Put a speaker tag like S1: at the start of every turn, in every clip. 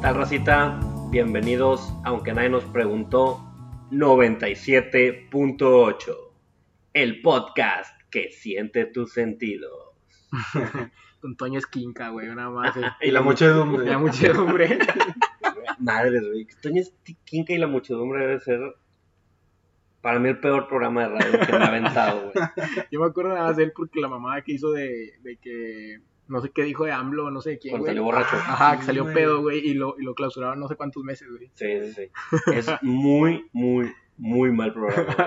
S1: tal, Racita? Bienvenidos, aunque nadie nos preguntó, 97.8, el podcast que siente tus sentidos.
S2: Con Toño Esquinca, güey, una más. eh.
S3: Y la muchedumbre.
S2: La muchedumbre.
S1: Madres, güey. que Toño Quinca y la muchedumbre debe ser, para mí, el peor programa de radio que me ha aventado, güey.
S2: Yo me acuerdo nada más de él porque la mamada que hizo de, de que. No sé qué dijo de AMLO, no sé de quién,
S1: Cuando
S2: güey. Ah.
S1: salió borracho.
S2: Ajá, que
S3: Sí,
S2: salió
S3: güey.
S2: pedo, güey, y lo, y lo clausuraron no sé cuántos meses, güey.
S1: Sí, sí, sí. Es muy, muy, muy mal programa. güey.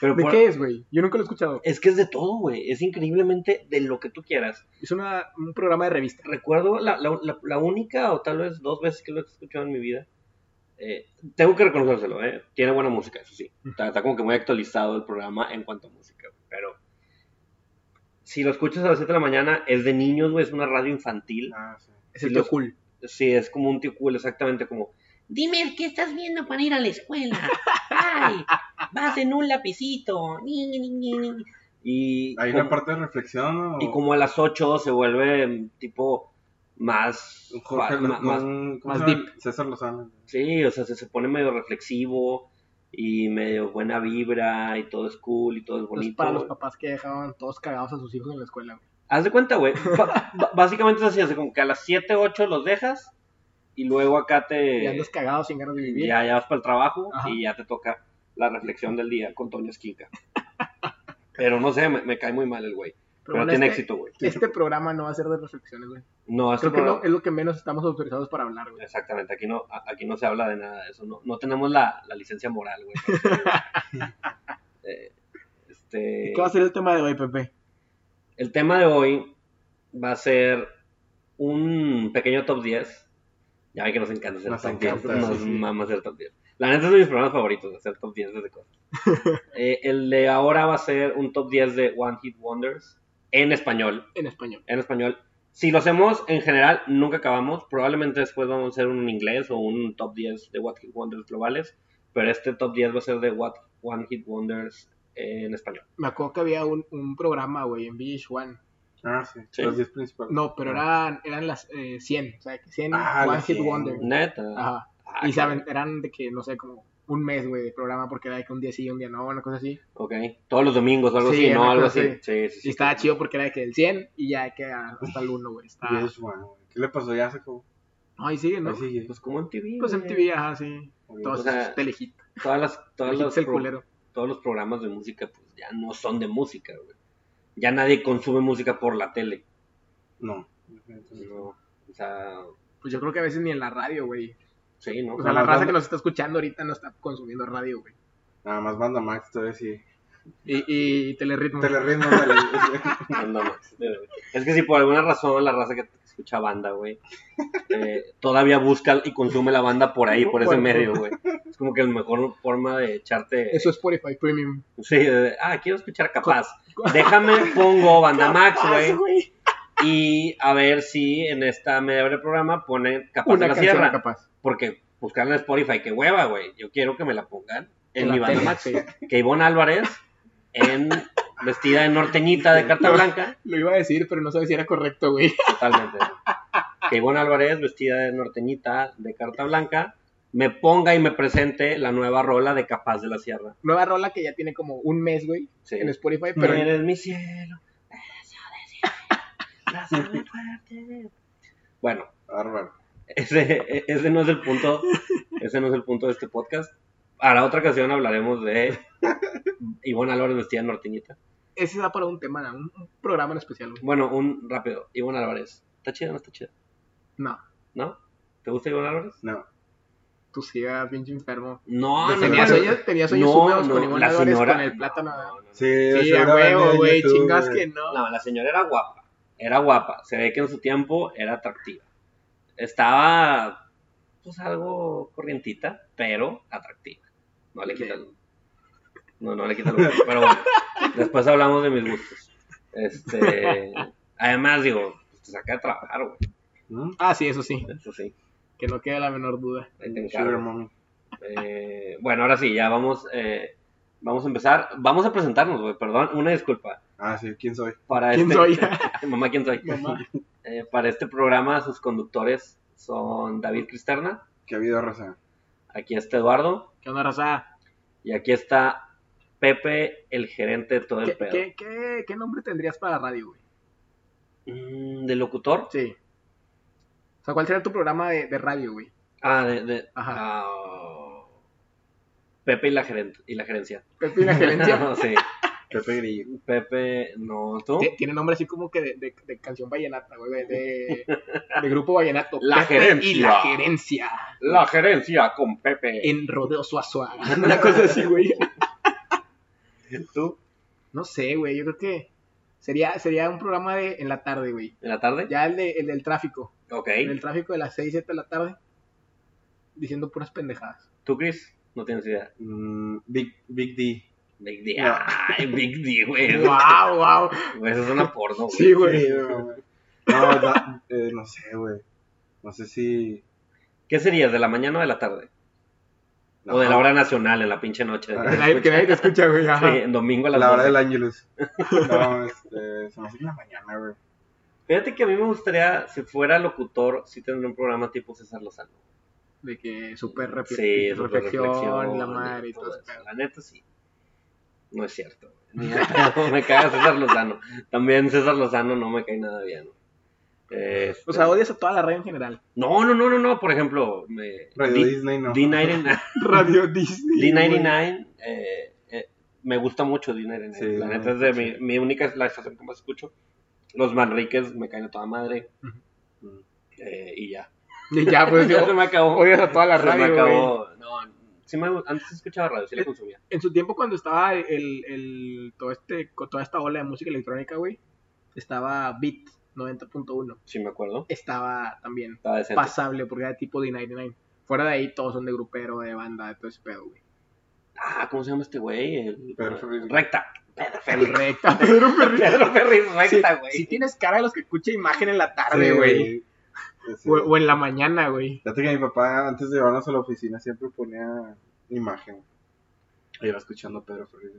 S1: Pero
S2: ¿De
S1: por-
S2: qué es, güey? Yo nunca lo he escuchado.
S1: Es que es de todo, güey. Es increíblemente de lo que tú quieras.
S2: Es una, un programa de revista.
S1: Recuerdo la, la- la- la única o tal vez dos veces que lo he escuchado en mi vida. Eh, tengo que reconocérselo, ¿eh? Tiene buena música, eso sí. Está, está como que muy actualizado el programa en cuanto a música. güey. Pero si lo escuchas a las 7 de la mañana, es de niños, güey. Es una radio infantil.
S3: Ah, sí.
S2: Es
S1: Sí,
S2: el
S1: los-
S2: tío cool.
S1: Sí, es como un tío cool, exactamente como.
S4: Dime qué estás viendo para ir a la escuela. Ay, vas en un lapicito. Ni, ni, ni, ni, ni.
S1: Y
S3: Ahí
S1: como,
S3: la parte de reflexión, ¿no?
S1: y como a las 8 se vuelve mm, tipo más.
S3: Un Jorge,
S1: ma-
S3: un-
S1: más
S3: un- ¿cómo
S2: más
S3: se llama? César Lozano.
S1: Sí, o sea, se, se pone medio reflexivo y medio buena vibra y todo es cool y todo es
S2: Es
S1: bonito.
S2: para los
S1: güey.
S2: papás que dejaban todos cagados a sus hijos en la escuela, güey.
S1: Haz de cuenta, güey. ba- ba- básicamente es así, hace como que a las 7, 8 los dejas y luego acá
S2: Y andas
S1: te...
S2: cagados sin ganas de vivir.
S1: Ya, ya vas para el trabajo
S2: Ajá.
S1: y ya te toca la reflexión del día con Toño Esquinca. Pero no sé, me, me cae muy mal el güey. Pero,
S2: bueno,
S1: tiene
S2: este,
S1: éxito, güey.
S2: Este programa no va a ser de reflexiones, güey.
S1: No, este
S2: Creo que
S1: programa-
S2: no- es lo que menos estamos autorizados para hablar, güey.
S1: Exactamente, aquí no, a- aquí no se habla de nada de eso, no, no tenemos la, la licencia moral, güey. para hacer, güey. Eh, este...
S2: ¿Y qué va a ser el tema de hoy, Pepe?
S1: El tema de hoy va a ser un pequeño top 10. Ya ven que nos encanta hacer
S3: Nos
S1: top
S3: encanta,
S1: 10. Nos
S3: sí, sí.
S1: mama hacer top 10. La neta es de mis programas favoritos, hacer top 10 desde cosas. Eh, el de ahora va a ser un top 10 de One Hit Wonders en español.
S2: En español.
S1: En español. Si lo hacemos en general, nunca acabamos. Probablemente después vamos a hacer un en inglés o un top 10 de One Hit Wonders globales. Pero este top 10 va a ser de What One Hit Wonders en español.
S2: Me acuerdo que había un, un programa, güey, en VH1.
S3: Ah, sí.
S1: Sí.
S3: Los 10 principales.
S2: No, pero
S1: Ah.
S2: eran, eran las eh, 100, o sea, que 100
S3: Ah,
S2: One
S3: las
S2: Hit
S3: 100.
S2: Wonder.
S1: Neta.
S2: Ajá.
S1: Ah,
S2: y saben, eran de que, no sé, como un mes, güey, de programa, porque era de que un día sí, un día no, una cosa así.
S1: Ok, todos los domingos o algo
S2: Sí,
S1: así, ¿no?
S2: una
S1: Algo
S2: cosa
S1: así. Sí, sí, sí.
S2: Y estaba chido porque era de que el 100 y ya de que hasta el 1, güey. Está...
S3: Y es bueno, güey. ¿Qué le pasó? Ya se acabó.
S2: No, ahí sigue, Ah. ¿no?
S3: Ahí sigue.
S1: Pues como MTV.
S2: Pues
S1: güey.
S2: MTV, ajá, sí.
S3: Ok.
S2: Todos
S1: O sea,
S2: esos telehit.
S1: Todas las, todas
S2: Telehit
S1: los
S2: es el
S1: pro-
S2: culero.
S1: todos los programas de música, pues ya no son de música, güey. Ya nadie consume música por la tele.
S3: No.
S1: No. O sea,
S2: Pues yo creo que a veces ni en la radio, güey.
S1: sí, ¿no?
S2: O sea,
S3: Nada
S2: la
S3: más
S2: raza
S3: banda-
S2: que nos está escuchando ahorita no está consumiendo radio, güey.
S3: Nada más banda Max todavía sí.
S2: Y, y Telerritmo.
S3: Telerritmo, dale.
S1: No, no, es que si por alguna razón la raza que escucha banda, güey, eh, todavía busca y consume la banda por ahí, por ese
S2: Bueno.
S1: medio, güey. Es como que la mejor forma de echarte...
S2: Eso es Spotify Premium.
S1: Sí, de- ah, quiero escuchar Capaz. Déjame, pongo Banda Max, Ah, güey. Y a ver si en esta media hora de programa ponen Capaz de
S2: Una
S1: la
S2: canción
S1: Sierra.
S2: capaz.
S1: Porque buscarla en Spotify, que hueva, güey. Yo quiero que me la pongan en, mi
S2: la
S1: Banda
S2: tele,
S1: Max.
S2: sí.
S1: Que Ivonne Álvarez, en, vestida de norteñita de carta blanca.
S2: Lo iba a decir, pero no sabía si era correcto, güey.
S1: Totalmente. Que Ivonne Álvarez, vestida de norteñita de carta blanca, me ponga y me presente la nueva rola de Capaz de la Sierra.
S2: Nueva rola que ya tiene como un mes, güey,
S1: Sí.
S2: en Spotify, pero
S1: eres mi cielo. pedazo de cielo, abrázame fuerte. Bueno,
S3: Bárbaro.
S1: ese, ese no es el punto. Ese no es el punto de este podcast. A la otra ocasión hablaremos de Ivonne Álvarez vestida de norteñita.
S2: ese da para un tema, ¿no? un, un programa en especial, güey.
S1: Bueno, un rápido. Ivonne Álvarez. ¿Está chida o no está chida?
S2: No,
S1: ¿No? ¿Te gusta Ivonne Álvarez?
S3: No.
S2: tú sí, ah, pinche enfermo.
S1: No, no,
S2: tenía,
S1: no.
S2: sueños, tenía sueños
S1: No,
S2: húmedos
S1: no,
S2: con Ivonne
S1: la
S2: Álvarez
S1: señora-
S2: con el plátano.
S1: No, no, no.
S3: Sí,
S2: sí, a
S3: seguramente
S2: huevo,
S3: en
S2: güey,
S3: YouTube,
S2: chingas
S3: güey.
S2: que no.
S1: No, la señora era guapa. Era guapa. Se ve que en su tiempo era atractiva. Estaba, pues, algo corrientita, pero atractiva. No le quita el... No, no le quita el gusto. Pero bueno, después hablamos de mis gustos. Este... Además, digo, pues, te saca de trabajar, güey.
S3: ¿Mm?
S2: Ah, sí, eso sí,
S1: Eso sí.
S2: que no queda la menor duda.
S1: ahí te
S3: Sugar
S1: encargo.
S3: Mommy.
S1: Eh, bueno, ahora sí, ya vamos... eh, Vamos a empezar, vamos a presentarnos, güey, perdón, una disculpa.
S3: Ah, sí, ¿quién soy?
S1: Para
S2: ¿Quién
S1: este...
S2: soy?
S1: Mamá, ¿quién soy?
S2: Mamá.
S1: Eh, para este programa, sus conductores son David Cristerna,
S3: ¿Qué ha habido, raza?
S1: aquí está Eduardo
S2: ¿Qué onda, raza?
S1: y aquí está Pepe, el gerente de todo el
S2: ¿Qué,
S1: pedo.
S2: qué, qué, qué nombre tendrías para la radio, güey?
S1: Mm, ¿De locutor?
S2: Sí. O sea, ¿cuál sería tu programa de, de radio, güey?
S1: Ah, de... de-
S2: Ajá.
S1: ah, Pepe y la, gerente, y la gerencia.
S2: Pepe y la Pues, gerencia.
S1: sí.
S3: Pepe Grillo.
S1: Pepe, no, tú.
S2: Tie- Tiene nombre así como que de, de- de canción vallenata, güey, de, de, de grupo vallenato.
S1: La
S2: Pepe
S1: gerencia.
S2: Y la gerencia.
S1: La gerencia con Pepe.
S2: En Rodeo Suazua. Una cosa así, güey.
S1: tú?
S2: No sé, güey, yo creo que sería, sería un programa de, en la tarde, güey.
S1: ¿En la tarde?
S2: Ya el, de- el del tráfico.
S1: Ok.
S2: En el tráfico de las 6, 7 de la tarde. Diciendo puras pendejadas.
S1: ¿Tú, Chris? No tienes idea.
S3: Mm, Big, Big D.
S1: Big D.
S3: No.
S1: Ay, Big D, güey.
S2: ¡Wow, wow!
S1: Güey, Eso es una porno, güey.
S2: Sí, güey.
S3: Sí, no, güey. No, da- eh, no sé, güey. No sé si.
S1: ¿Qué serías? ¿De la mañana o de la tarde?
S3: No,
S1: o de la hora nacional en la pinche noche.
S3: Ah,
S2: Que nadie, que nadie te escucha, güey.
S1: Sí,
S2: ajá.
S1: en domingo a las
S3: La hora
S1: 12.
S3: del Ángelus. No, este. Se me hace en la mañana, güey.
S1: Fíjate que a mí me gustaría, si fuera locutor, sí tendría un programa tipo César Lozano.
S2: De que súper refle-
S1: Sí,
S2: reflexión, la madre y todo, eso.
S1: eso. La neta sí. No es cierto. güey. Ni de pedo me caga César Lozano. También César Lozano no me cae nada bien. güey. Este,
S2: O sea, odias a toda la red en general.
S1: No, no, no, no, no. Por ejemplo, me... D-
S3: Radio Disney, no.
S1: D99,
S2: Radio Disney. güey.
S1: D99 eh, eh, me gusta mucho D99.
S3: Sí,
S1: la
S3: no,
S1: neta es de
S3: sí.
S1: mi, mi única es la estación que más escucho. Los Manriques me caen a toda madre.
S3: Mm.
S1: eh, y ya.
S2: Y ya, pues,
S1: Ya se
S2: yo,
S1: me acabó.
S2: odias a toda la
S1: Se me
S2: radio, güey.
S1: acabó. No, sí me, antes escuchaba radio, sí le consumía.
S2: En su tiempo, cuando estaba el, el, todo este, con toda esta ola de música electrónica, güey, estaba Beat 90.1.
S1: Sí me acuerdo.
S2: Estaba también
S1: Estaba decente.
S2: pasable porque era tipo de 99. Fuera de ahí, todos son de grupero, de banda, de todo ese pedo, güey.
S1: Ah, ¿cómo se llama este güey? El-
S3: Pedro Ferriz.
S1: Recta. Pedro Ferriz.
S2: Correcta, Pedro Ferriz.
S1: Pedro Ferriz,
S2: Si,
S1: recta, güey.
S2: si tienes cara de los que escucha imagen en la
S3: Sí,
S2: tarde, güey.
S3: Sí.
S2: O, o en la mañana, güey.
S3: Fíjate que mi papá, antes de llevarnos a la oficina, siempre ponía imagen. Y iba escuchando a Pedro Ferriz.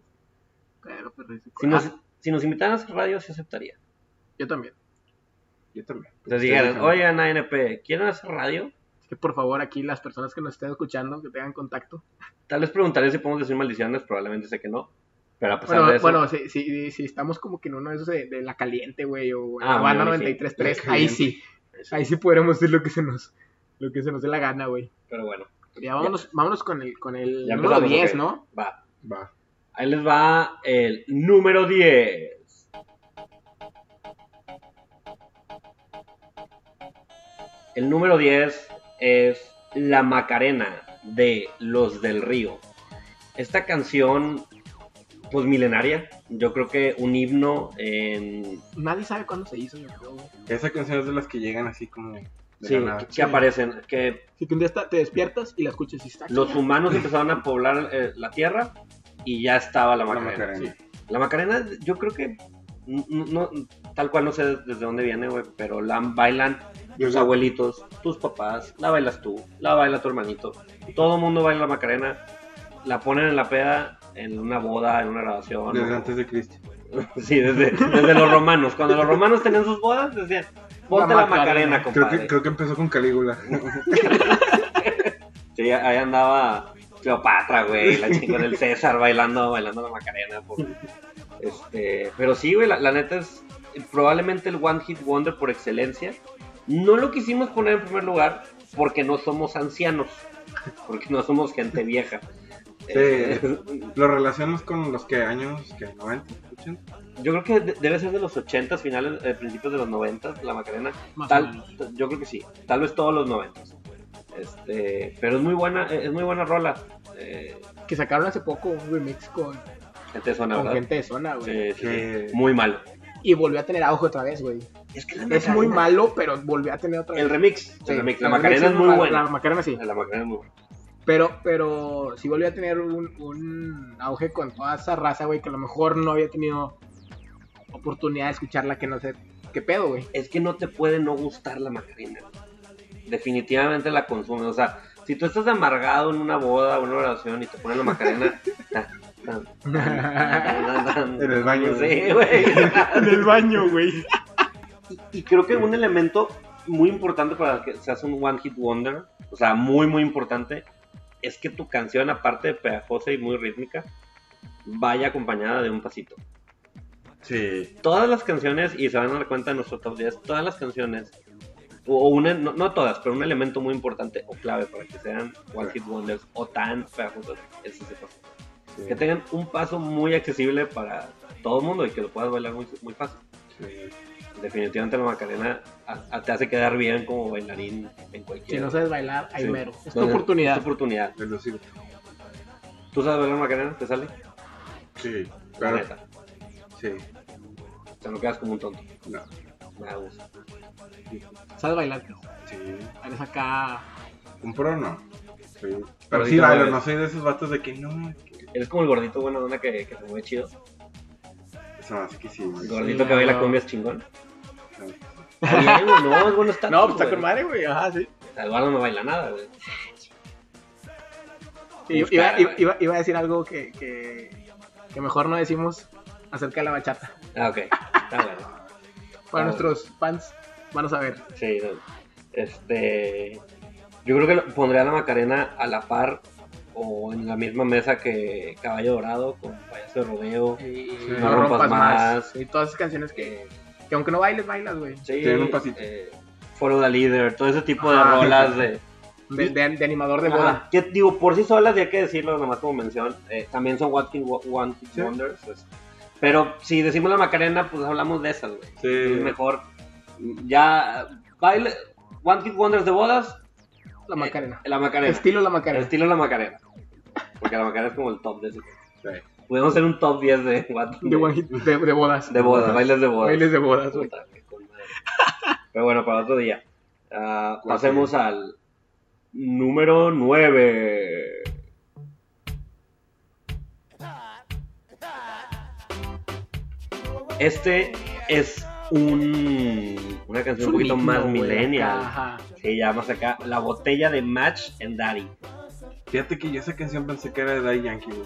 S2: Pedro Ferriz.
S1: Si nos, si nos invitaran a hacer radio, sí aceptaría.
S2: ah, Yo también.
S3: Yo también.
S1: Entonces
S3: Sí,
S1: dijeran,
S3: déjame.
S1: oigan, ANP, ¿quieren hacer radio?
S2: Así que por favor, aquí las personas que nos estén escuchando, que tengan contacto.
S1: Tal vez preguntaré si podemos decir maldiciones, probablemente sé que no. Pero a pesar
S2: Bueno,
S1: de eso,
S2: bueno si, si, si estamos como que en uno de esos de, de La Caliente, güey, o en
S1: Ah,
S2: la banda
S1: bueno, sí.
S2: 93.3,
S3: La
S2: ahí
S3: Caliente.
S2: sí. Ahí sí podremos decir lo que se nos, lo que se nos dé la gana, güey.
S1: pero bueno,
S2: Ya vámonos, vámonos con el, con el
S1: Ya
S2: número
S1: empezamos,
S2: 10,
S1: ok.
S2: ¿no?
S1: va.
S3: Va.
S1: Ahí les va el número 10. El número 10 es La Macarena de Los del Río. Esta canción, pues milenaria, yo creo que un himno en...
S2: Nadie sabe cuándo se hizo, yo creo, güey.
S3: Esa canción es de las que llegan así como. De
S1: sí,
S3: la nada.
S1: que, que aparecen, que
S2: Así que un día está- te despiertas y la escuchas y "Ah, está.
S1: los humanos empezaron a poblar eh, la tierra y ya estaba la
S3: La
S1: Macarena.
S3: Macarena.
S1: La Macarena, yo creo que n- n- no, tal cual no sé desde dónde viene, güey, pero la bailan tus abuelitos, tus papás, la bailas tú, la baila tu hermanito. Todo el mundo baila la Macarena, la ponen en la peda, en una boda, en una grabación.
S3: Desde
S1: o-
S3: antes de Cristo.
S1: Sí, desde, desde los romanos. Cuando los romanos tenían sus bodas, decían, ponte la,
S2: La
S1: Macarena,
S2: Macarena.
S3: Creo
S1: compadre.
S3: que, creo que empezó con Calígula.
S1: Sí, ahí andaba Cleopatra, güey, la chica del César bailando, bailando la Macarena. por- Este, pero sí, güey, la, la neta es probablemente el One Hit Wonder por excelencia. No lo quisimos poner en primer lugar porque no somos ancianos, porque no somos gente vieja.
S3: Sí.
S1: Eh,
S3: Lo relacionas con los que años, que 90, 80.
S1: yo creo que de- debe ser de los 80s, finales, eh, principios de los 90s, la Macarena.
S2: Más o
S1: Tal,
S2: menos.
S1: yo creo que sí, tal vez todos los 90s. Este, pero es muy buena, es muy buena rola. Eh,
S2: Que sacaron hace poco un remix con,
S1: gente suena,
S2: con
S1: ¿verdad?
S2: gente de zona, güey.
S1: Sí, sí, sí.
S3: Que
S1: Muy malo.
S2: Y volvió a tener auge otra vez, güey.
S1: Es que
S2: Es muy malo, pero volvió a tener otra vez.
S1: El remix.
S2: Sí,
S1: el remix. La
S2: el
S1: Macarena
S2: remix
S1: es muy
S2: la-
S1: buena.
S2: La Macarena sí.
S1: La Macarena es muy buena.
S2: Pero, pero sí volvió a tener un, un auge con toda esa raza, güey, que a lo mejor no había tenido oportunidad de escucharla, que no sé qué pedo, güey.
S1: Es que no te puede no gustar la Macarena. Definitivamente la consumes. O sea, si tú estás amargado en una boda o en una oración y te ponen la Macarena. ta, ta, ta, ta, ta,
S3: En el baño,
S1: Sí, güey.
S2: el baño, güey.
S1: Y creo que un elemento muy importante para que seas un One Hit Wonder, o sea, muy, muy importante, es que tu canción, aparte de pegajosa y muy rítmica, vaya acompañada de un pasito.
S3: Sí.
S1: Todas las canciones, y se van a dar cuenta en nuestro top 10, todas las canciones, o una, no, no todas, pero un elemento muy importante o clave para que sean One Hit Wonders o tan pegajosas, es ese paso.
S3: sí,
S1: Que tengan un paso muy accesible para todo el mundo y que lo puedas bailar muy, muy fácil.
S3: sí.
S1: Definitivamente la Macarena a- a- te hace quedar bien como bailarín en
S2: Si
S1: cualquier...
S2: no sabes bailar, ahí
S1: Sí.
S2: mero. Es tu
S1: Entonces, Es
S2: oportunidad.
S1: tu oportunidad.
S3: El lucir.
S1: ¿Tú sabes bailar Macarena? ¿Te sale?
S3: Sí,
S1: La
S3: claro.
S1: neta.
S3: Sí.
S1: O sea, no quedas como un tonto.
S3: No.
S1: Me da gusto.
S2: Sabes bailar, Cris?
S3: Sí.
S2: Eres acá.
S3: Un pro no. Sí.
S1: Pero
S3: Pero
S1: sí
S3: sí bailo,
S1: sabes.
S3: no soy de esos vatos de que no. que-
S1: Eres como el gordito buena onda que, que se mueve chido.
S3: Se me hace que sí, güey.
S1: El
S3: Se
S1: gordito que
S2: claro.
S1: baila cumbias chingón.
S3: me hace que sí.
S1: Está bien, güey, no, es bueno está.
S2: No, pues está con madre, güey. Ajá, sí.
S1: Eduardo no baila nada, güey.
S2: I-
S1: Pues,
S2: Iba,
S1: claro,
S2: iba,
S1: güey.
S2: iba- iba a decir algo que, que, que mejor no decimos acerca de la bachata.
S1: Ah, ok. Está bueno.
S2: Para
S1: Ah.
S2: nuestros fans, van a saber.
S1: Sí, no. Este. Yo creo que lo- pondría la Macarena a la par o en la misma mesa que Caballo Dorado con Payaso de Rodeo.
S2: Y
S3: Sí.
S2: no rompas más. Y todas esas canciones que,
S1: Eh,
S2: que aunque no bailes, bailas, güey.
S1: sí,
S3: Tienen un pasito. Ah,
S1: eh, Follow the Leader, todo ese tipo de
S2: Ajá.
S1: rolas de.
S2: De, de- de animador de
S1: Ajá,
S2: boda.
S1: que digo, por sí solas, y hay que decirlo nomás como mención, eh, también son One Hit, Wo- One Hit
S3: Sí.
S1: Wonders. pues. Pero si decimos la Macarena, pues hablamos de esas, güey.
S3: Sí.
S1: Es mejor. Ya, baile, One Hit Wonders de bodas,
S2: La Macarena.
S1: la Macarena.
S2: Estilo la
S1: Eh, El
S2: Macarena.
S1: estilo la Macarena. Porque la Macarena es como el top de ese.
S3: Sí.
S1: Podemos hacer un top 10 de One Hit-
S2: De, one hit- de, de bodas.
S1: de bodas, bailes de bodas.
S2: Bailes de bodas, güey.
S1: Puta, qué con madre. Pero bueno, para otro día. Ah, pasemos al número 9. Este es un, una
S2: Es
S1: canción un poquito
S2: himno,
S1: más
S2: güey, acá,
S1: millennial.
S2: ajá.
S1: Sí, ya más acá. La botella de Match and Daddy.
S3: Fíjate que yo esa canción pensé que era de Daddy Yankee, güey.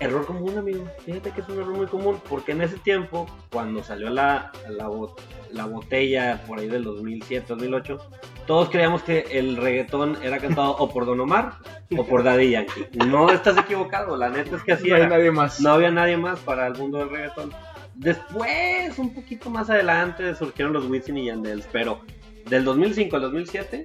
S1: Error común, amigo. Fíjate que es un error muy común. Porque en ese tiempo, cuando salió la, la, bo- la botella por ahí del 2007, 2008, todos creíamos que el reggaetón era cantado o por Don Omar o por Daddy Yankee. No estás equivocado, la neta es que así
S2: No hay
S1: era.
S2: nadie más.
S1: No había nadie más para el mundo del reggaetón. Después, un poquito más adelante, surgieron los Wisin y Yandels, pero del 2005 al 2007,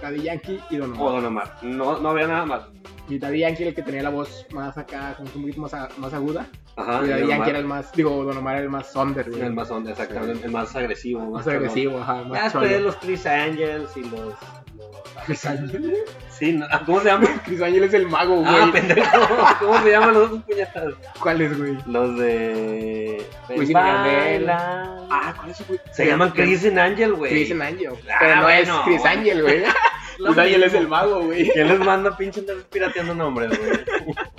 S2: Daddy Yankee y Don
S1: o
S2: Omar.
S1: Don Omar. No, no había nada más.
S2: Y Daddy Yankee era el que tenía la voz más acá, como que un poquito más, a- más aguda.
S1: Ajá,
S2: y Daddy
S1: Ah, Don
S2: Yankee
S1: Omar.
S2: era el más, digo, Don Omar era el más sonder, güey.
S1: El más onda, exactamente, el más agresivo.
S2: más
S1: cholo.
S2: agresivo, ajá.
S1: Ya
S2: Más
S1: después de
S2: cholo.
S1: los Chris Angels y los.
S2: Chris Angel.
S1: Sí, no- ah, ¿cómo se llaman?
S2: Chris Angel es el mago, güey.
S1: Ah, pendejo. ¿Cómo se llaman los otros puñetas?
S2: ¿Cuál es, güey?
S1: Los de.
S2: Wisin y Yandel.
S1: Baila.
S2: Ah, ¿cuál es, güey?
S1: Se llaman
S2: Chris
S1: Chris and Angel, güey.
S2: Chris Angel.
S1: Ah,
S2: pero no
S1: bueno.
S2: es Chris Angel, güey.
S1: Lo
S2: Chris Angel
S1: mismo.
S2: es el mago, güey.
S1: ¿Quién les manda pinche andar pirateando nombres, güey?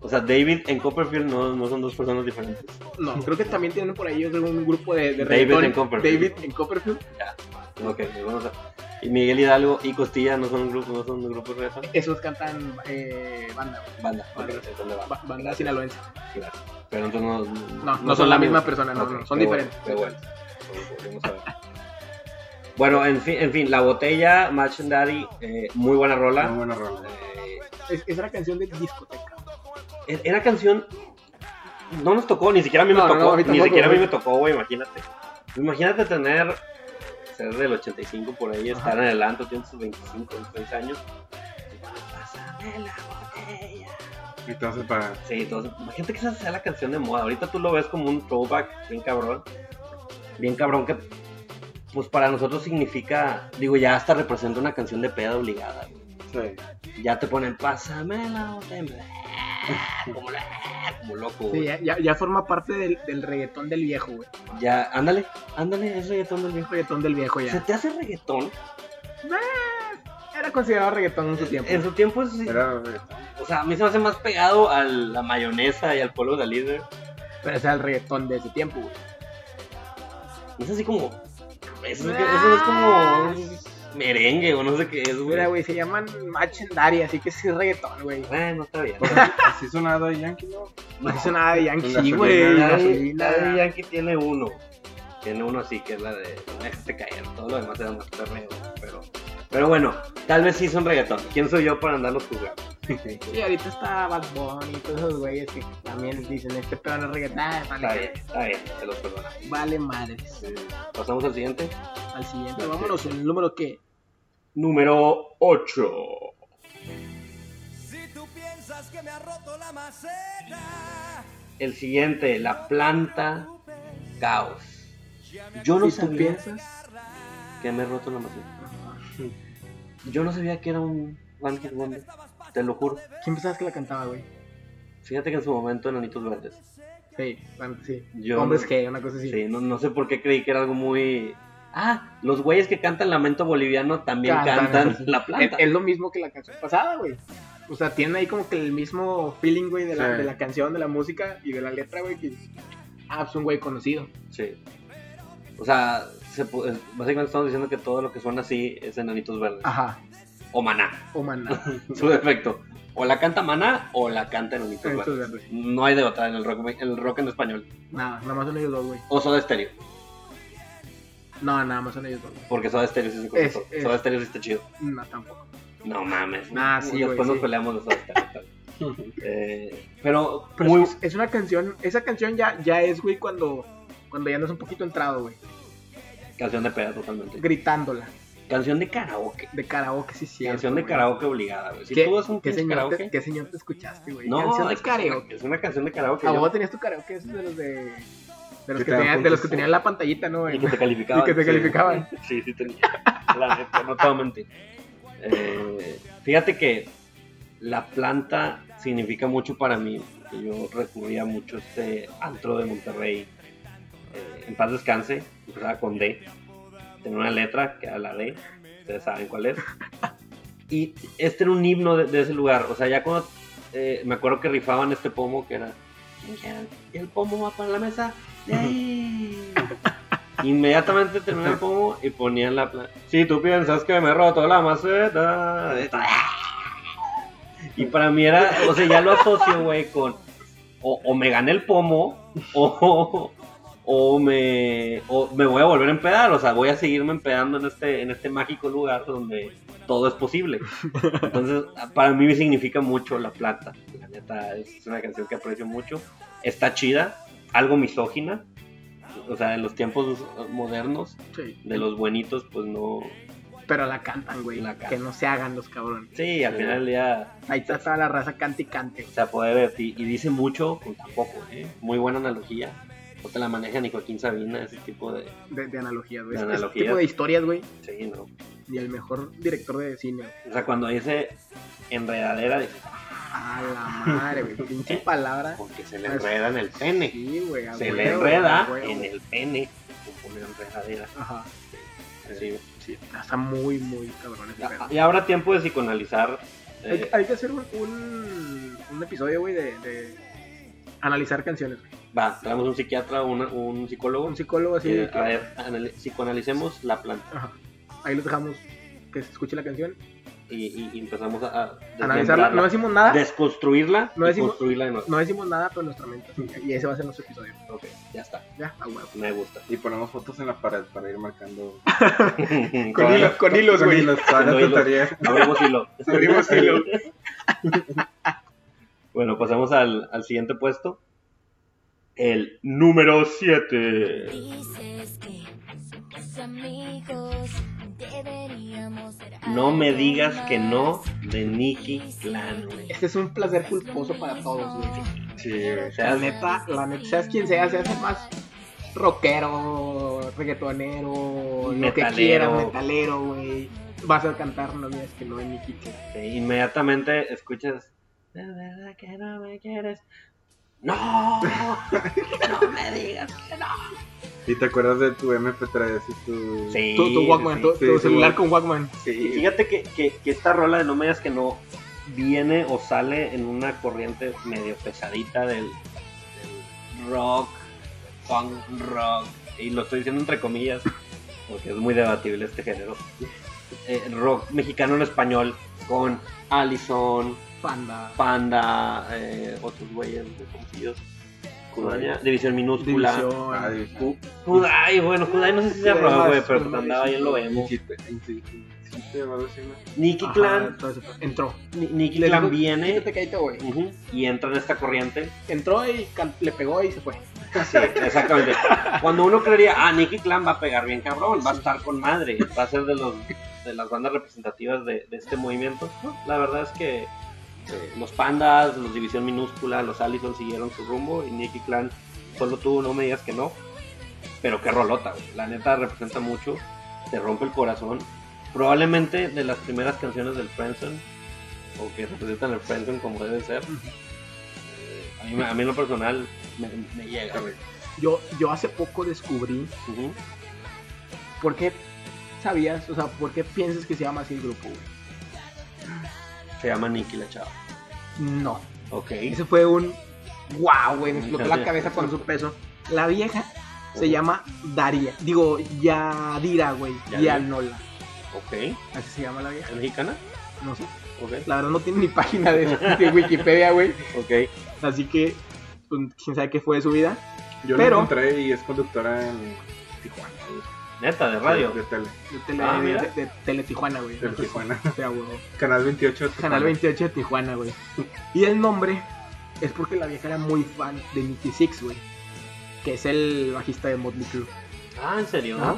S1: O sea, David en Copperfield no, no son dos personas diferentes.
S2: No, creo que también tienen por ahí yo creo, un grupo de, de
S1: David
S2: reggaetón.
S1: en Copperfield.
S2: David en Copperfield.
S1: Ok, vamos a. Y Miguel Hidalgo y Costilla no son un grupo, no son un grupo de reggaetón.
S2: Esos cantan eh, banda, güey.
S1: Banda, ok,
S2: Banda.
S1: son de banda.
S2: Ba- banda sinaloense.
S1: Gracias. Pero entonces no. No,
S2: No, no, son la
S1: amigos.
S2: misma persona, no,
S1: Ok,
S2: no, son
S1: qué
S2: diferentes.
S1: Bueno, qué bueno.
S2: Pues
S1: Vamos a ver. Bueno, en fin, en fin, la botella, Match and Daddy, eh, muy buena
S3: Muy
S1: rola.
S3: buena rola.
S1: Eh,
S2: Es, es la canción de discoteca.
S1: era- Eh, era canción. No nos tocó, ni siquiera a mí me
S2: No, no,
S1: tocó.
S2: no, a mí
S1: ni
S2: tampoco,
S1: siquiera a mí me
S2: güey.
S1: tocó, güey, imagínate. Imagínate tener. Ser del 85 por ahí,
S2: Ajá.
S1: estar en el Anto, tienes tus 25, 26 años.
S3: Entonces, para.
S1: Sí, entonces, imagínate que esa sea la canción de moda. Ahorita tú lo ves como un throwback bien cabrón. Bien cabrón que, pues para nosotros significa, digo, ya hasta representa una canción de peda obligada. güey.
S3: Sí.
S1: Ya te ponen, pásame la botella", Como, "Ah", como loco,
S2: Sí,
S1: güey.
S2: ya, ya, ya forma parte del, del reggaetón del viejo, güey.
S1: Ya, ándale, ándale, es reggaetón del viejo.
S2: Reggaetón del viejo
S1: ¿Se
S2: ya.
S1: te hace reggaetón?
S2: Era considerado reggaetón en su tiempo.
S1: En su tiempo, es-
S3: Era.
S1: o sea, a mí se me hace más pegado a la mayonesa y al polvo de líder.
S2: Pero ese era el reggaetón de ese tiempo, güey.
S1: Es así como, eso es, eso es
S2: Ah.
S1: como merengue o no sé qué es, güey.
S2: Mira, güey, se llaman Match and Daddy, así que sí es reggaetón, güey.
S1: Bueno, está bien.
S3: pues, Así sonaba Daddy Yankee, ¿no?
S2: No hizo nada de
S3: Con
S2: Yankee,
S3: gasolina,
S2: güey.
S3: Daddy-
S1: Daddy,
S2: gasolina.
S1: Daddy Yankee tiene uno. Tiene uno así que es la de no déjate caer, todo lo demás es más perreo. Pero, pero bueno, tal vez sí son reggaetón. ¿Quién soy yo para andarlos jugando?
S2: Y ahorita está Bad Bunny y todos esos güeyes que también dicen, este pedo no es reggaetón, ah,
S1: Está
S2: vale,
S1: bien, está bien, se los perdono.
S2: vale madres.
S1: Pasamos al siguiente.
S2: Al siguiente,
S1: Ok.
S2: vámonos, el número que
S1: Número 8.
S5: Si tú piensas que me ha roto la maceta,
S1: El siguiente, la planta caos. Yo no
S2: si tú
S1: sabía
S2: piensas,
S1: que me he roto la maceta. Yo no sabía que era un One Hit Wonder. Te lo juro.
S2: ¿quién pensabas que la cantaba, güey?
S1: Fíjate que en su momento en Anitos Verdes.
S2: Sí, bueno, sí.
S1: Yo-
S2: Hombres que, una cosa así.
S1: Sí, no, no sé por qué creí que era algo muy. Ah, los güeyes que cantan Lamento Boliviano también
S2: Cantan,
S1: cantan E-
S2: sí.
S1: la
S2: Es,
S1: planta.
S2: es lo mismo que la canción pasada, güey. O sea, tienen ahí como que el mismo feeling, güey, de la,
S3: Sí.
S2: de la canción, de la música y de la letra, güey, que ah, pues un güey conocido.
S1: Sí. O sea, se pu- es- básicamente estamos diciendo que todo lo que suena así es enanitos verdes.
S2: Ajá,
S1: O maná,
S2: o maná.
S1: en su defecto. O la canta maná o la canta enanitos
S2: Enanitos
S1: verdes.
S2: Verdes.
S1: No hay de otra en el rock, en el rock en español.
S2: Nada, nada más son ellos dos, güey.
S1: O Soda Stereo,
S2: No, nada más son ellos dos. güey.
S1: porque Soda Stereo sí se compuso.
S2: Es- es-
S1: Soda Stereo sí está chido.
S2: No, tampoco.
S1: No mames.
S2: Ah, sí,
S1: Después
S2: güey,
S1: nos
S2: sí.
S1: peleamos de Soda Stereo. tal. Eh, pero,
S2: Pero
S1: muy-
S2: es, es una canción, esa canción ya, ya es, güey, cuando, cuando ya andas un poquito entrado, güey.
S1: canción de peda totalmente.
S2: Gritándola,
S1: Canción de karaoke.
S2: de karaoke, sí, sí.
S1: Canción de karaoke obligada, güey. Si
S2: ¿Qué,
S1: tú vas a un
S2: qué
S1: pinche
S2: señor
S1: karaoke.
S2: te, qué señor te escuchaste, güey?
S1: No,
S2: canción de
S1: es, que es una-
S2: karaoke.
S1: es una canción de karaoke.
S2: ¿A
S1: yo-
S2: vos tenías tu karaoke esos de los de. De los que,
S3: Que te dan
S2: tenían, de los
S3: puntos.
S2: que tenían la pantallita, ¿no?
S1: Y
S2: güey?
S1: que te calificaban.
S2: Y que te
S1: sí.
S2: calificaban.
S1: Sí, sí tenía. La neta, no te voy a mentir. Eh, fíjate que la planta significa mucho para mí. que Yo recurría mucho a este antro de Monterrey. Eh, en paz descanse, empezaba con D. Tenía una letra que era la D. Ustedes saben cuál es. Y este era un himno de, de ese lugar. O sea, ya cuando eh, me acuerdo que rifaban este pomo que era. "Quien quiera, El pomo va para la mesa. ¡Ey!". Inmediatamente terminaba el pomo y ponían la planta. Si tú piensas que me he roto la maceta. Y para mí era, o sea, ya lo asocio, güey, con o, o me gané el pomo o, o me o me voy a volver a empedar, o sea, voy a seguirme empedando en este en este mágico lugar donde todo es posible. Entonces, para mí me significa mucho la plata. La neta es una canción que aprecio mucho. Está chida, algo misógina. O sea, en los tiempos modernos
S2: Sí.
S1: de los buenitos pues no.
S2: Pero la cantan, güey.
S1: La cantan.
S2: Que no se hagan los cabrones.
S1: Sí, al final del día
S2: Ahí está toda la raza canta y cante.
S1: se apodera de ti y dice mucho con tampoco, ¿eh? Muy buena analogía. No te la maneja ni Joaquín Sabina, ese tipo de.
S2: De, de analogías, güey.
S1: De
S2: Este
S1: analogías.
S2: tipo de historias, güey.
S1: Sí, ¿no?
S2: Y el mejor director de cine. güey.
S1: O sea, cuando dice enredadera, dice, "Ah,
S2: A la madre, güey. Pinche palabra.
S1: porque se le enreda en el pene.
S2: Sí, güey. a
S1: Se
S2: Pues, huevo,
S1: le enreda
S2: a huevo.
S1: en el pene. Con una enredadera.
S2: Ajá.
S1: Sí.
S2: Sí, está muy, muy cabrón ese pedo.
S1: Ya- Y habrá tiempo de psicoanalizar.
S2: ah, Hay,
S1: eh,
S2: hay que hacer un, un, un episodio, güey, de, de analizar canciones. güey.
S1: va, traemos un psiquiatra, una- un psicólogo.
S2: Un psicólogo así.
S1: Eh,
S2: que-
S1: a ver, anali- psicoanalicemos la planta
S2: Ajá. Ahí los dejamos que se escuche la canción,
S1: y, y- y empezamos a, a
S2: analizarla. No
S1: desmembrarla,
S2: decimos nada,
S1: desconstruirla
S2: No
S1: y
S2: decimos-
S1: construirla de nuevo.
S2: no decimos nada, pero nuestra mente. Y ese va a ser nuestro episodio.
S1: Ok, ya está.
S2: Ya, a huevo.
S1: Me gusta.
S3: Y ponemos fotos en la pared para ir marcando.
S1: Con
S2: hilos, con hilos, güey.
S3: Con hilos, para
S1: Con
S3: la
S1: hilos.
S3: tarea.
S1: Abrimos hilo.
S3: Abrimos hilo.
S1: Bueno, pasamos al, al siguiente puesto. El número 7.
S6: Dices que somos amigos, deberíamos ser
S1: No me
S6: algo
S1: digas que no
S6: más.
S1: de Nicky Clan, güey.
S2: Este es un placer culposo para todos, güey.
S1: Sí, güey. O
S2: La
S1: sea,
S2: neta, la neta, seas quien seas, seas el más rockero, reggaetonero, lo que
S1: Metalero.
S2: quieras, metalero, güey. Vas a cantar, no digas que no es Nicky.
S1: E inmediatamente escuchas. De verdad que no me quieres. ¡No! ¡No me digas que no!
S3: Y te acuerdas de tu MP3 y tu.
S1: Sí.
S2: Tu, tu Walkman,
S1: sí,
S2: tu,
S3: sí,
S2: tu
S3: sí,
S2: celular
S3: sí.
S2: con Walkman.
S1: Y
S3: Sí.
S1: fíjate que, que- que esta rola de No me digas que no viene o sale en una corriente medio pesadita del, del rock, punk rock, y lo estoy diciendo entre comillas, porque es muy debatible este género, eh, rock mexicano en español con Allison,
S2: Panda.
S1: Panda, eh, otros güeyes de conocidos. Kudai, división minúscula.
S2: División.
S3: Ah, división.
S1: Ku- Kudai, bueno, Kudai no sé si se
S2: Kudai
S1: aprobó,
S2: más,
S1: güey, pero
S2: más
S1: pues andaba ahí en lo vemos.
S3: Incite- incite- incite o algo así, ¿no?
S1: Nicky
S2: Ajá,
S1: Clan,
S2: todo eso. Entró.
S1: Ni- Nicky
S2: Le
S1: Clan
S2: dijo,
S1: viene
S2: Quítate, caíte, güey.
S1: ujú, y entra en esta corriente.
S2: Entró y cal- le pegó y se fue.
S1: Sí, exactamente. Cuando uno creería, ah, Nicky Clan va a pegar bien cabrón, va a estar con madre, va a ser de los de las bandas representativas de, de este movimiento. No, la verdad es que eh, los pandas, los División Minúscula, los Allison siguieron su rumbo y Nicky Clan solo tú no me digas que no. Pero qué rolota, güey. La neta representa mucho, te rompe el corazón. Probablemente de las primeras canciones del Friendzone, o que representan el Friendzone como debe ser. eh, A mí, me- a mí en lo personal me, me llega, güey.
S2: Yo, yo hace poco descubrí
S1: Ujú.
S2: por qué sabías, o sea, por qué piensas que se llama así el grupo, güey.
S1: Se llama Nicky la chava.
S2: No.
S1: Ok.
S2: Ese fue un wow, güey. Me explotó la cabeza con su peso. La vieja se llama Daria. Digo, Yadira, güey.
S1: Yadira.
S2: Yanola.
S1: Ok.
S2: Así se llama la vieja.
S1: ¿Es mexicana?
S2: No sé.
S1: Ok.
S2: La verdad no tiene ni página de, de Wikipedia, güey.
S1: Ok.
S2: Así que, pues, quién sabe qué fue de su vida.
S3: Yo
S2: Pero-
S3: la encontré y es conductora en Tijuana. güey.
S1: Neta, de radio.
S3: De, de tele.
S2: De Tele,
S1: Ah, mira.
S2: de- de Tele Tijuana, güey.
S3: De Tijuana.
S2: O sea, güey,
S3: Canal 28. de Tijuana.
S2: Canal 28 de Tijuana, güey. Y el nombre es porque la vieja era muy fan de Nicky Six, güey. Que es el bajista de Motley Crue.
S1: Ah, ¿en serio?
S2: Ajá.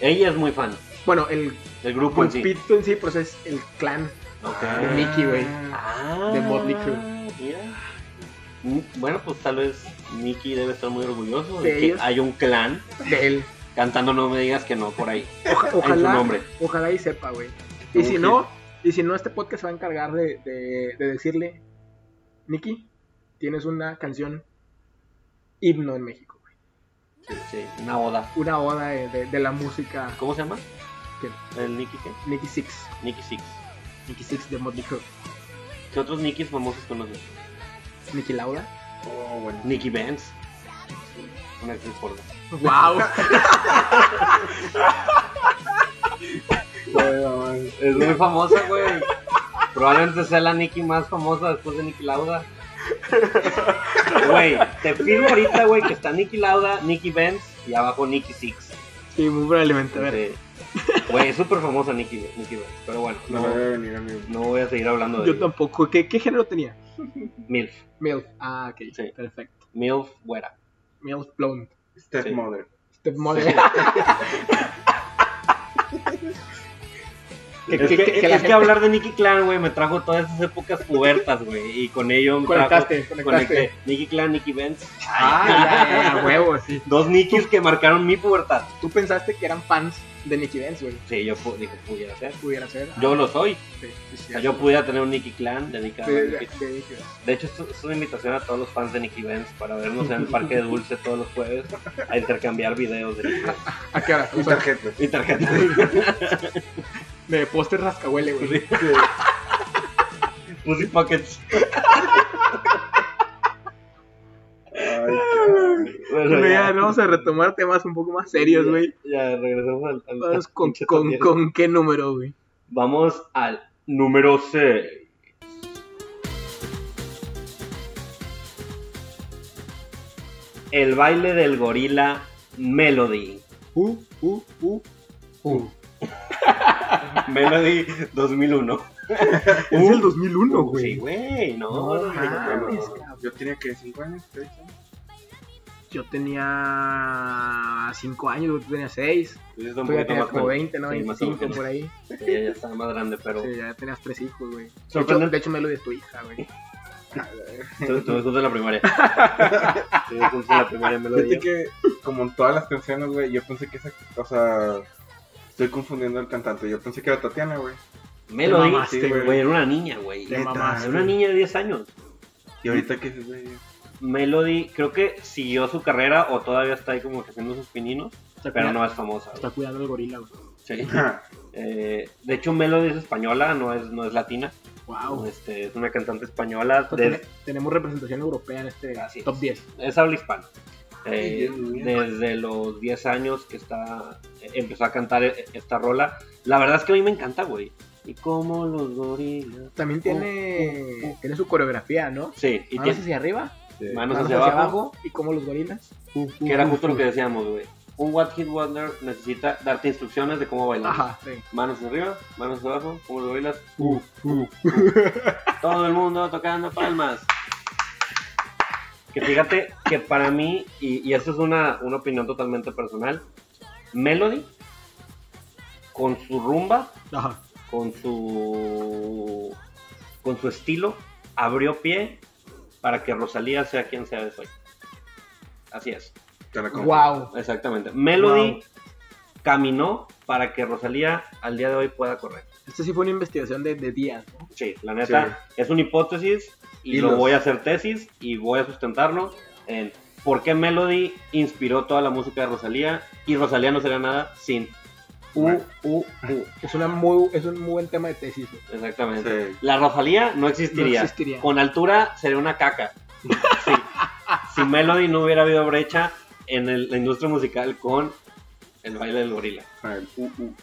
S1: Ella es muy fan
S2: Bueno, el
S1: del grupo en sí.
S2: grupito en sí, pues es el clan
S1: Ok.
S2: de Nicky, güey.
S1: Ah,
S2: de Motley Crue.
S1: mira. Mm, Bueno, pues tal vez Nicky debe estar muy orgulloso de,
S2: De
S1: que
S2: ellos.
S1: hay un clan
S2: De él.
S1: cantando No me digas que no por ahí.
S2: Oja-
S1: En su
S2: ojalá,
S1: nombre.
S2: ojalá y sepa, güey. Y si no, y si no, este podcast se va a encargar de, de- de decirle, Nicky, tienes una canción himno en México, güey.
S1: Sí, sí, una oda.
S2: Una oda de, de- de la música
S1: ¿Cómo se llama?
S2: ¿Quién?
S1: El Nicky qué?
S2: Nicky Six.
S1: Nicky Six.
S2: Nicky Six de Motley Crue.
S1: ¿Qué otros Nickys famosos conoces?
S2: Nicky Lauda.
S3: Oh, bueno.
S1: Nicky Vance. Una actriz porno.
S2: ¡Wow!
S1: Es muy famosa, güey. Probablemente sea la Nicki más famosa después de Nicki Lauda. Güey, te firmo ahorita, güey, que está Nicki Lauda, Nicki Benz y abajo Nicki Six.
S2: sí, muy probablemente. A ver,
S1: Este, Güey, es súper famosa Nicki, Nicki Benz. Pero bueno,
S3: No
S1: no,
S3: la voy a venir a mí.
S1: no voy a seguir hablando de
S2: yo tampoco. ¿Qué, qué género tenía?
S1: MILF.
S2: Milf. Ah, ok.
S1: Sí.
S2: Perfecto.
S1: MILF, güera.
S2: Milf Blonde.
S3: Stepmother.
S2: Stepmother. Que-
S1: Es
S2: que-
S1: que,
S2: que- que la
S1: es que
S2: gente-
S1: hablar de Nicki Clan, güey, me trajo todas esas épocas pubertas, güey. Y con ello me trajo...
S2: Conectaste,
S1: Conecté
S2: conectaste.
S1: Nicki Clan, Nicki Benz.
S2: Ah, ya, ya, ya, huevo, sí.
S1: Dos Nickys que marcaron mi pubertad.
S2: Tú pensaste que eran fans de Nicky Benz, güey.
S1: Sí, yo pu- dije, pudiera ser.
S2: Pudiera ser. Ah,
S1: Yo lo soy.
S2: sí, sí,
S1: O
S2: sí,
S1: sea, yo pudiera tener un Nicky Clan dedicado
S2: sí,
S1: a
S2: de-
S1: Nicky.
S2: de Nicky Benz.
S1: De hecho, esto es una invitación a todos los fans de Nicky Benz para vernos en el Parque de Dulce todos los jueves a intercambiar videos de Nicky Benz.
S2: ¿A qué hora?
S3: Y tarjetas.
S1: Y tarjetas.
S2: De póster rascahuele, güey.
S1: Pussy Pockets.
S3: Ay, qué-
S1: Bueno,
S2: Bueno, ya, vamos a retomar temas un poco más serios, güey.
S1: Ya, regresamos al. al-
S2: Vamos con,
S1: pinche
S2: con,
S1: también.
S2: con qué número, güey.
S1: Vamos al número 6. El baile del gorila Melody.
S2: Uh, uh, uh.
S1: Melody 2001.
S2: Es el 2001, güey.
S1: Sí, güey, no.
S2: No,
S1: no,
S2: ah,
S1: no, no, no.
S2: es que-
S3: Yo tenía que 5 años, seis años.
S2: Yo tenía 5 años, güey, tú tenías 6.
S1: Yo estaba un
S2: Tú ya
S1: poquito
S2: tenías
S1: más
S2: como
S1: joven.
S2: 20, ¿no?
S1: Sí, más
S2: 25
S1: joven.
S2: por ahí.
S1: Sí, ya estaba más grande, pero
S2: Sí, ya tenías 3 hijos, güey. De hecho-
S1: Sorprendente.
S2: De hecho, me lo tu hija, güey.
S1: tú, tú me juntas en la primaria. tú me juntas en la primaria
S3: Fíjate
S1: melodía.
S3: que, como en todas las canciones, güey, yo pensé que esa. O sea, estoy confundiendo al cantante. Yo pensé que era Tatiana, güey.
S1: Melody,
S2: mamaste,
S1: sí,
S3: güey.
S1: güey, era una niña, güey.
S2: Te
S1: Era
S2: mamaste.
S1: una niña de 10 años.
S3: Y ahorita que se güey.
S1: Melody, creo que siguió su carrera o todavía está ahí como que haciendo sus pininos,
S2: Está
S1: pero
S2: cuida-
S1: no es famosa. güey.
S2: Está cuidando el gorila, güey.
S1: Sí.
S3: Ja,
S1: Eh, de hecho, Melody es española, no es, no es latina.
S2: Wow.
S1: Este, es una cantante española.
S2: Pues
S1: de-
S2: tene- tenemos representación europea en este
S1: Así es.
S2: top 10.
S1: es habla hispana. Eh,
S3: Ay, Dios mío.
S1: desde los 10 años que está eh, empezó a cantar eh, esta rola. La verdad es que a mí me encanta, güey. Y como los gorilas.
S2: También tiene,
S1: Uh, uh,
S2: tiene su coreografía, ¿no?
S1: Ah, Sí, y
S2: ¿Y no
S1: tiene-
S2: hacia arriba?
S3: Sí.
S1: manos,
S2: Manos
S1: hacia, abajo,
S2: y como los gorilas.
S1: que era justo lo que decíamos, güey. Un What Hit Wonder necesita darte instrucciones de cómo bailar.
S2: Ajá, sí.
S1: Manos hacia arriba, manos hacia abajo, como los gorilas. Todo el mundo tocando palmas. Que fíjate que para mí, y, y esto es una, una opinión totalmente personal, Melody, con su rumba,
S2: Ajá.
S1: con su con su estilo abrió pie para que Rosalía sea quien sea es hoy. Así es,
S3: Te la compro.
S2: Wow.
S1: exactamente. Melody
S2: Wow.
S1: caminó para que Rosalía al día de hoy pueda correr.
S2: Esta sí fue una investigación de, de días, ¿no?
S1: Sí, la neta es una hipótesis y,
S3: Y
S1: lo
S3: los-
S1: voy a hacer tesis y voy a sustentarlo en por qué Melody inspiró toda la música de Rosalía y Rosalía no sería nada sin U
S3: Bueno.
S1: U U.
S2: Es, una muy, es un muy buen tema de tesis. güey.
S1: Exactamente.
S3: Sí.
S1: La Rosalía no
S2: No
S1: existiría.
S2: existiría.
S1: Con altura sería una caca. Sí. Si Melody no hubiera habido brecha en el- la industria musical con el baile del gorila.
S3: A ver, uh, uh.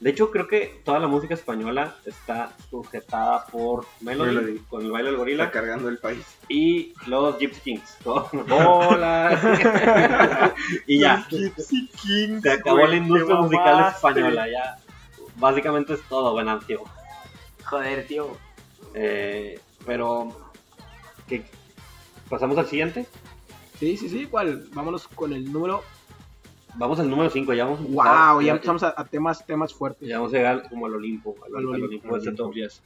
S1: De hecho, creo que toda la música española está sujetada por Melody,
S3: Melody.
S1: con el baile del
S3: Está
S1: gorila
S3: cargando el país.
S1: y los Gypsy Kings. Todo- Hola. y ya.
S3: Gypsy King.
S1: Se acabó la industria musical española. Ya. Básicamente es todo, Venancio.
S2: Joder, tío.
S1: Eh, pero. ¿qué? ¿Pasamos al siguiente?
S2: Sí, sí, sí, igual. Vámonos con el número.
S1: Vamos al número 5, ya vamos a
S2: Wow, ya
S1: empezar-
S2: empezamos a, a temas, temas fuertes.
S1: ya vamos a llegar como al Olimpo, al,
S2: Al
S1: al
S2: Olimpo,
S1: Olimpo de
S3: al
S1: ese
S3: Olimpo.
S1: top 10.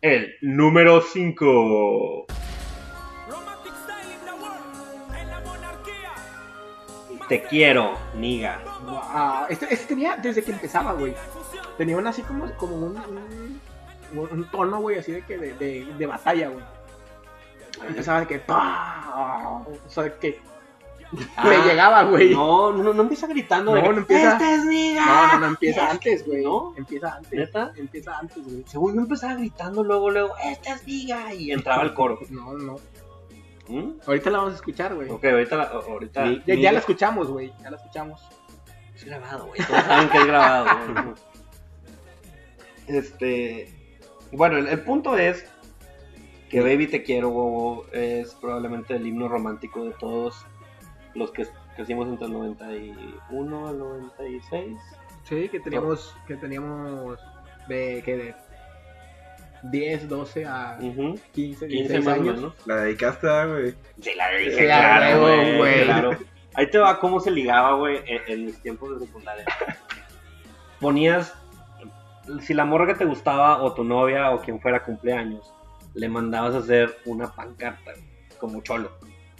S1: El número 5.
S5: Romantic style in the world, en la monarquía.
S1: Te quiero, niga.
S2: Wow. Este, este tenía, desde que empezaba, güey. Tenía un así como, como un, un, un tono, güey, así de que de, de, de batalla, güey. Empezaba de que pa, o sea, de que le
S1: Ah,
S2: llegaba, güey. No,
S1: No, no, no empieza gritando.
S2: No,
S1: de que,
S2: no empieza.
S1: Esta es niga.
S2: no, no, empieza antes, güey.
S1: ¿No?
S2: Empieza antes.
S1: ¿Neta?
S2: Empieza antes, güey.
S1: Según yo empezaba gritando luego, luego, esta es niga. Y entraba el coro.
S2: No, no.
S1: ¿Mm?
S2: Ahorita la vamos a escuchar, güey.
S1: Ok, ahorita. la- ahorita
S3: Ni-
S2: Ya, ya la escuchamos, güey. Ya la escuchamos.
S1: Es grabado, güey. Todos saben que es grabado. güey. Este. Bueno, el, el punto es que Baby Te Quiero, Bobo, es probablemente el himno romántico de todos los que crecimos entre el 91 al 96.
S2: Sí, que teníamos, que teníamos de que de 10, 12 a
S1: Ujú. 15
S2: 15, 16
S1: Mm. más o
S2: años.
S1: menos.
S3: La dedicaste, ah, güey.
S1: Sí, la
S2: Sí, a huevo, güey.
S1: claro. Ahí te va cómo se ligaba, güey, en, en mis tiempos de secundaria. Ponías, si la morra que te gustaba o tu novia o quien fuera cumpleaños, le mandabas a hacer una pancarta, güey, como cholo.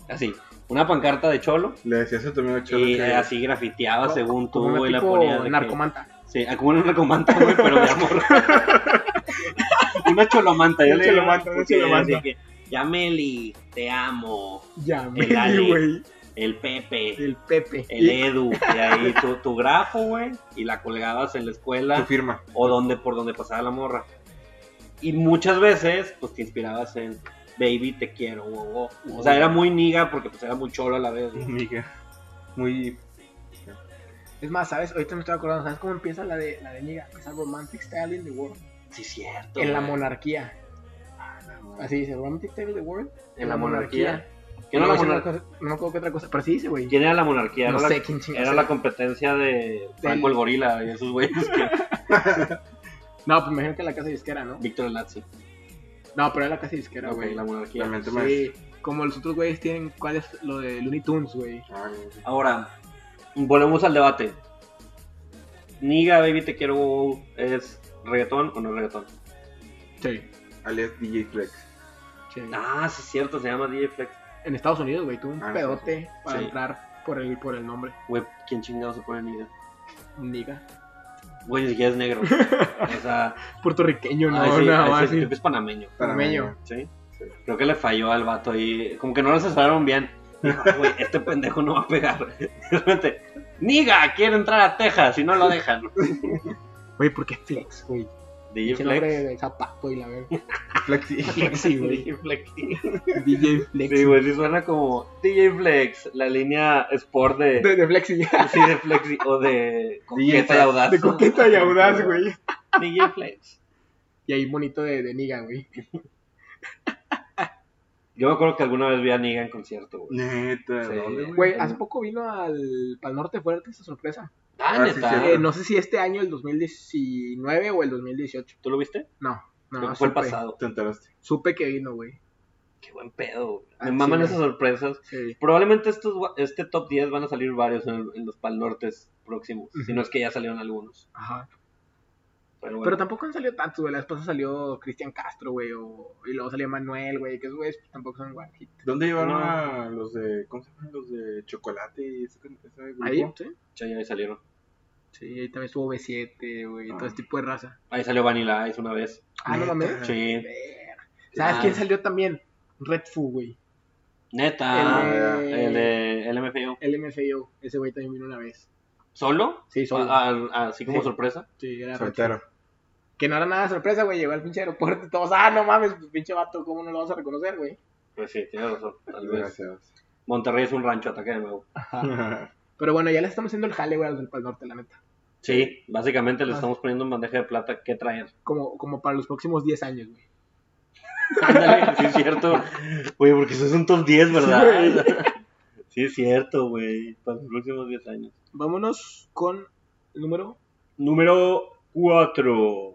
S1: Así, una pancarta de cholo.
S3: Le decías a tu amigo Cholo
S1: Y
S3: que
S1: eh, así grafiteaba
S2: Co-
S1: según tú,
S2: Como una
S1: güey, la
S2: tipo
S1: ponías. de que-
S2: narcomanta.
S1: Sí, ah, como una narcomanta, güey, pero de amor. una cholomanta, yo
S3: Una
S1: le digo.
S3: cholomanta, una
S1: porque así
S3: cholomanta.
S1: que, "Ya, Meli, te amo
S2: Ya,
S1: El Ale.
S2: güey, güey.
S1: el Pepe,
S2: El Pepe.
S1: el Edu, y ahí tu, tu grafo, güey, y la colgabas en la
S3: tu
S1: escuela
S3: firma.
S1: o donde por donde pasaba la morra. Y muchas veces, pues te inspirabas en Baby, te quiero, wow, wow. O sea, era muy niga porque pues era muy cholo a la vez. güey.
S3: Amiga. Muy.
S2: Es más, ¿sabes? Ahorita me estoy acordando, ¿sabes cómo empieza la de la de Niga? Empieza Romantic Style in the World.
S1: Sí, cierto.
S2: En la
S1: güey.
S2: monarquía. Así dice, Romantic Style in the World.
S1: En la monarquía.
S2: Yo
S1: ¿Quién era
S2: no,
S1: la
S2: me
S1: monarquía?
S2: acuerdo- no me acuerdo qué otra cosa, pero sí dice, güey.
S1: ¿Quién era la monarquía?
S2: No
S1: Era la-
S2: sé quién chingas
S1: Era la competencia de Franco
S2: Del-
S1: el Gorila y esos güeyes que
S2: No, pues imagino que la casa disquera, ¿no?
S1: Víctor el Nazi.
S2: No, pero era la casa disquera,
S1: Ok,
S2: güey.
S1: la monarquía.
S3: La mente más.
S2: Sí, como los otros güeyes tienen cuál es lo de Looney Tunes, güey.
S3: Ah, güey.
S1: Ahora, volvemos al debate. Niga, baby, te quiero, wow, ¿es reggaetón o no es reggaetón?
S2: Sí,
S3: Alias DJ Flex.
S2: sí.
S1: Ah, sí, es cierto, se llama DJ Flex.
S2: En Estados Unidos, güey, tuvo un
S3: Ah, sí.
S2: pedote para
S1: Sí.
S2: entrar por el, por el nombre.
S1: Güey, ¿quién chingado se pone Niga?
S2: Niga.
S1: Güey, ni siquiera es negro. o sea,
S2: Puertorriqueño, no,
S1: ay, Ah, sí,
S2: nada
S1: ay, sí,
S2: más.
S1: el tipo es panameño,
S2: Panameño.
S1: ¿sí? Creo que le falló al vato ahí. Como que no lo asesoraron bien. Dijo, Güey, este pendejo no va a pegar. De repente, Niga, quiere entrar a Texas y no lo dejan.
S2: Güey, ¿por qué Flex, güey?
S1: DJ
S2: Pinche nombre
S1: Flex.
S2: de zapato y la verga.
S3: Flexi.
S2: Flexi, güey.
S1: DJ Flex.
S2: DJ Flexi.
S1: Sí, güey, sí suena como DJ Flex, la línea Sport de,
S2: de, de Flexi.
S1: sí, de Flexi o de Coqueta y
S3: Flex,
S1: Audaz.
S2: De coqueta y audaz, güey.
S1: DJ Flex.
S2: Y ahí bonito de, de Niga, güey.
S1: Yo me acuerdo que alguna vez vi a Niga en concierto, güey.
S3: Neta, ¿de
S1: Sí.
S3: ¿dónde, güey?
S2: Güey, hace poco vino al Pal Norte Fuerte esa sorpresa.
S1: Ah,
S3: Ah, sí,
S1: neta.
S3: sí,
S2: Eh, no sé si este año, el 2019 o el 2018.
S1: ¿Tú lo viste?
S2: No,
S1: Creo
S2: no,
S1: que fue el
S2: supe.
S1: pasado.
S3: Te enteraste.
S2: Supe que vino, güey.
S1: Qué buen pedo, güey. Me
S2: Ah,
S1: maman
S2: sí,
S1: esas sorpresas.
S2: Sí.
S1: Probablemente estos, gua- este top 10 van a salir varios en, en los Pal Nortes próximos.
S2: Ujú.
S1: Si no es que ya salieron algunos.
S2: Ajá.
S1: Pero bueno.
S2: Pero tampoco han salido tantos, güey. La esposa salió Cristian Castro, güey. o- Y luego salió Manuel, güey. Que esos güeyes pues, tampoco son one hit.
S3: ¿Dónde llevaron
S1: No.
S3: a los de. ¿Cómo se llaman? Los de chocolate y ese, ese grupo?
S2: Ahí, sí.
S1: Ya, ya salieron.
S2: Sí, ahí también estuvo B7, güey.
S3: Ah.
S2: Todo ese tipo de raza.
S1: Ahí salió Vanilla Ice una vez.
S2: Ah, no
S3: Neta.
S2: mames.
S1: Sí.
S2: Ver.
S1: Ah.
S2: ¿Sabes quién salió también? Red Fu, güey.
S1: Neta.
S2: el,
S1: Ah, El de LMFAO.
S2: el MFAO. Ese güey también vino una vez.
S1: ¿Solo?
S2: Sí, solo.
S1: Ah, ah, así como
S2: Sí.
S1: sorpresa.
S2: Sí, era Red Fu.
S3: Soltero.
S2: Que no era nada de sorpresa, güey. Llegó al pinche aeropuerto y todos, ah, no mames, pues, pinche vato, ¿cómo no lo vamos a reconocer, güey?
S1: Pues sí, tienes razón. Tal vez.
S3: Gracias.
S1: Monterrey es un rancho, ataque de nuevo.
S2: Pero bueno, ya le estamos haciendo el jale, güey, a los del Pal Norte, la neta.
S1: Sí, básicamente le
S2: Ah.
S1: estamos poniendo en bandeja de plata qué traer.
S2: Como, como para los próximos 10 años, güey.
S1: Ándale, sí es cierto. Oye, porque eso es un top 10, ¿verdad? Sí es cierto, güey. Para los próximos 10 años.
S2: Vámonos con el número.
S1: Número 4.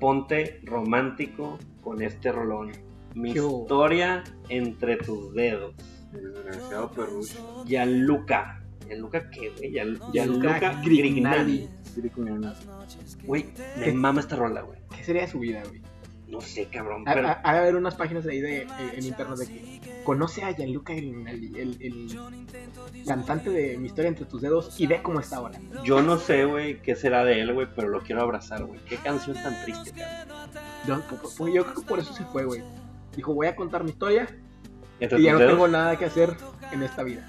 S1: Ponte romántico con este rolón. Mi
S2: ¿Qué hubo?
S1: historia entre tus dedos.
S3: El Desgraciado perrucho.
S1: Gianluca. ¿Gianluca qué, güey? Gian-
S2: Gianluca
S1: Gianluca
S2: Grignani.
S1: Grignani.
S3: Gricuniano.
S1: Güey, me mama esta rola, güey.
S2: ¿Qué sería de su vida, güey?
S1: No sé, cabrón,
S2: Ha
S1: pero...
S2: ha- ha de haber unas páginas ahí de, eh, en internet de que conoce a Gianluca Grignani, el, el cantante de Mi historia entre tus dedos, y ve cómo está ahora.
S1: Yo no sé, güey, qué será de él, güey, pero lo quiero abrazar, güey. Qué canción tan triste, cabrón.
S2: Yo, pues, yo creo que por eso se fue, güey. Dijo, voy a contar mi historia
S1: Entre
S2: y ya
S1: tus
S2: no
S1: dedos.
S2: tengo nada que hacer en esta vida.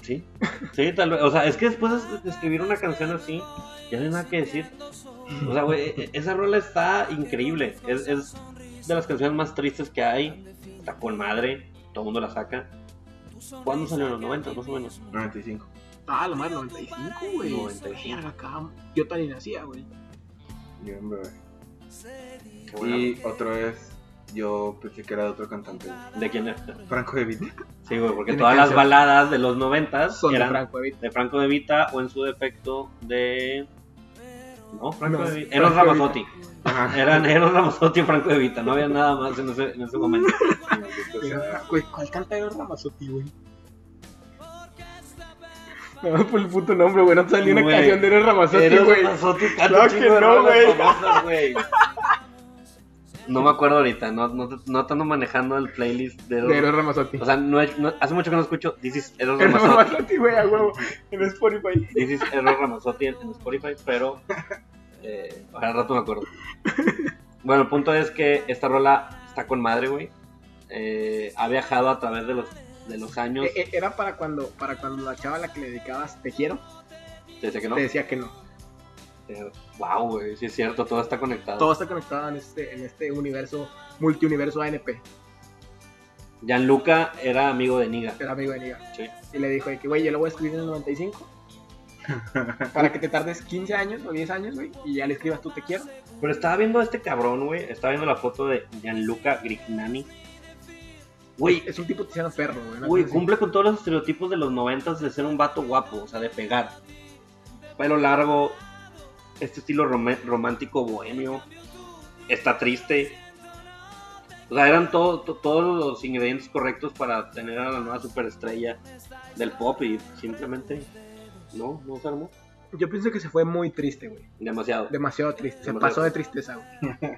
S1: Sí, sí, tal vez. O sea, es que después de- de escribir una canción así, ya no hay nada que decir. O sea, güey, e- esa rola está increíble. Es, es de las canciones más tristes que hay. Está con madre, todo el mundo la saca. ¿Cuándo salió? ¿En los 90 más o menos?
S3: 95.
S2: Ah, lo más 95, güey.
S1: 95.
S2: Verga, cabrón. Yo tan nacía, güey.
S3: Yo en bebé.
S1: Qué buena.
S3: Y otra vez, yo pensé que era de otro cantante. güey.
S1: ¿De quién es?
S3: Franco de Vita.
S1: Sí, güey, porque
S2: Tiene
S1: todas las
S2: canción.
S1: baladas de los 90
S2: Son de
S1: eran
S2: Franco eh. Evita.
S1: de Franco De Vita o en su defecto de. No, Franco
S2: No,
S1: De Vita. Eros
S2: Franco De
S1: Ramazzotti.
S3: Ajá.
S1: Eran Eros Ramazzotti y Franco De Vita. No había nada más en ese, en ese momento.
S3: O sea,
S2: Güey, Pues, ah, ¿cuál canta de Ramazotti, güey? No, por el puto nombre, güey. No te salió una
S1: Güey.
S2: canción de Eros Ramazotti,
S1: Eros
S2: güey.
S1: Ramazzotti
S2: Claro
S1: canta
S2: que
S1: chingo de
S2: no,
S1: rolas
S2: güey.
S1: famosas, güey. No me acuerdo ahorita. No, no, te- no te ando manejando el playlist de Eros.
S2: De Eros Ramazotti.
S1: O sea, no, he- no- hace mucho que no escucho This is Eros
S2: Eros
S1: Ramazzotti.
S2: Ramazotti, güey, a huevo. En Spotify.
S1: This is Error Ramazotti en, en Spotify, pero eh, al rato me acuerdo. Bueno, el punto es que esta rola está con madre, güey. Eh, ha viajado a través de los, de los años.
S2: Eh, eh, Era para cuando, para cuando la chava a la que le dedicabas te quiero,
S1: Desde que no.
S2: te decía que no.
S1: Wow, güey, sí es cierto, todo está conectado.
S2: Todo está conectado en este, en este universo, multiuniverso ANP.
S1: Gianluca era amigo de Niga.
S2: Era amigo de Niga.
S1: Sí.
S2: Y le dijo de que, güey, yo lo voy a escribir en el 95. para que te tardes 15 años o 10 años, güey, y ya le escribas tú te quiero.
S1: Pero estaba viendo a este cabrón, güey. Estaba viendo la foto de Gianluca Grignani. Güey,
S2: Es un tipo tiziano perro, güey. ¿no?
S1: Güey,
S2: Así.
S1: cumple con todos los estereotipos de los noventas de ser un vato guapo, o sea, de pegar. Pelo largo, este estilo rome- romántico bohemio, está triste. O sea, eran todo- to- todos los ingredientes correctos para tener a la nueva superestrella del pop y simplemente no, no se armó.
S2: Yo pienso que se fue muy triste, güey.
S1: Demasiado.
S2: Demasiado triste. Se
S1: Demasiado.
S2: pasó de tristeza, güey.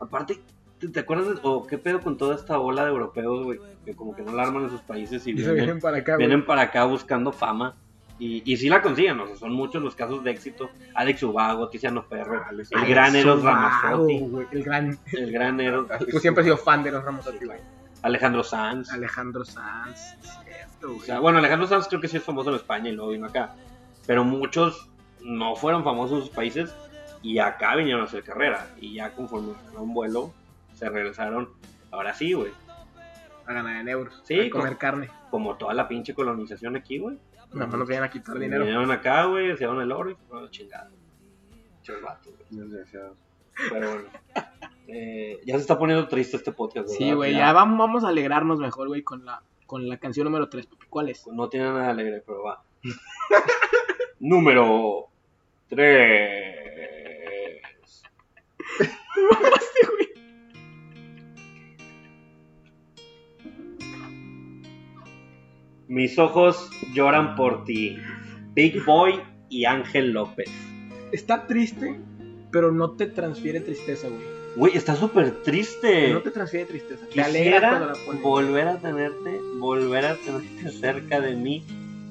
S1: Aparte, ¿te, te acuerdas de- o qué pedo con toda esta ola de europeos, güey? Que como que no la arman en sus países y
S2: Y se
S1: vienen
S2: vienen para acá, güey.
S1: vienen para acá buscando fama y, y sí la consiguen, o sea, son muchos los casos de éxito. Alex Ubago, Tiziano Ferro,
S3: Alex
S1: el gran Eros
S2: Subaru,
S1: Ramazzotti,
S2: güey, El gran.
S1: el gran Eros,
S2: Tú siempre has sido fan de los Ramazotti, güey.
S1: Alejandro Sanz.
S2: Alejandro Sanz. es Cierto, güey.
S1: O sea, bueno, Alejandro Sanz creo que sí es famoso en España y luego vino acá, pero muchos no fueron famosos en sus países y acá vinieron a hacer carrera y ya conforme un vuelo se regresaron. Ahora sí, güey,
S2: A ganar en euros.
S1: Sí,
S2: a comer carne.
S1: como toda la pinche colonización aquí, güey.
S2: Nada más nos vienen a quitar dinero.
S1: Vinieron acá, güey, se llevaron el oro y se fueron a la chingada. Muchos vatos, güey.
S3: Desgraciados.
S1: Pero bueno. Eh, ya se está poniendo triste este podcast, ¿verdad?
S2: Sí, güey, ya vamos, vamos a alegrarnos mejor, güey, con la, con la canción número 3, papi. ¿Cuál es?
S1: No tiene nada alegre, pero va. Número 3. Mis ojos lloran por ti. Big Boy y Ángel López.
S2: Está triste, pero no te transfiere tristeza, güey.
S1: Güey, está súper triste.
S2: No te transfiere tristeza. Te alegra cuando
S1: Quisiera
S2: la pones.
S1: volver a tenerte, volver a tenerte cerca de mí.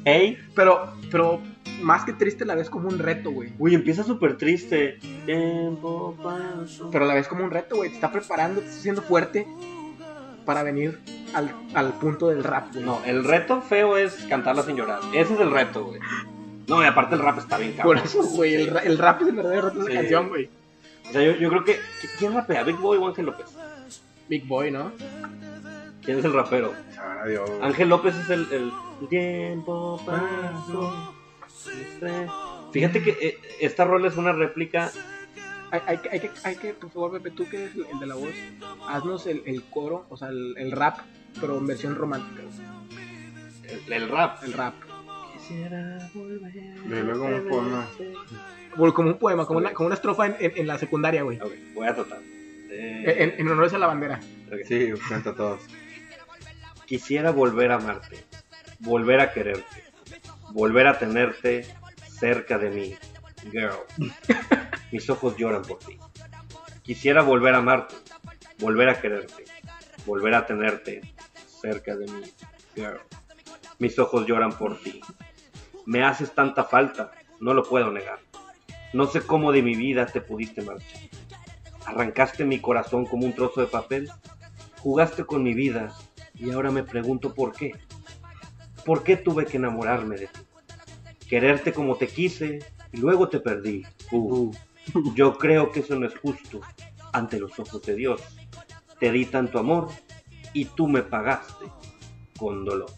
S1: Hey,
S2: Pero, pero más que triste la ves como un reto, güey.
S1: uy, empieza súper triste. Tiempo pasó.
S2: Pero la ves como un reto, güey. Te está preparando, te está haciendo fuerte para venir al, al punto del rap, güey.
S1: No, el reto feo es cantarla sin llorar. Ese es el reto, güey. No, y aparte el rap está bien
S2: Por
S1: cabrón.
S2: eso, güey, el, ra- el rap es el verdadero reto de esa
S1: Sí.
S2: canción, güey.
S1: O sea, yo, yo creo que. ¿Quién rapea? ¿Big Boy o Ángel López?
S2: Big Boy, ¿no?
S1: ¿Quién es el rapero?
S3: Sabrá Dios. güey.
S1: Ángel López es el. el tiempo pasó. este. Fíjate que eh, esta rola es una réplica.
S2: Hay, hay que- hay que, hay que, por favor, Pepe, tú que eres el de la voz, haznos el, el coro, o sea, el, el rap, pero en versión romántica, güey.
S1: El, el rap.
S2: el rap.
S1: Quisiera volver.
S3: Velo como un poema.
S2: Como- Como un poema, como una, como una estrofa en, en- en la secundaria, güey.
S1: Ok, voy a tratar.
S2: En,
S1: Eh,
S2: en honores a la bandera.
S1: ok.
S3: Sí, canta a todos.
S1: Quisiera volver a amarte, volver a quererte, volver a tenerte cerca de mí. Girl, mis ojos lloran por ti. Quisiera volver a amarte, volver a quererte, volver a tenerte cerca de mí. Girl, mis ojos lloran por ti. Me haces tanta falta, no lo puedo negar. No sé cómo de mi vida te pudiste marchar. Arrancaste mi corazón como un trozo de papel. Jugaste con mi vida y ahora me pregunto por qué. ¿Por qué tuve que enamorarme de ti? Quererte como te quise y luego te perdí. Uh, Yo creo que eso no es justo ante los ojos de Dios. Te di tanto amor y tú me pagaste con dolor.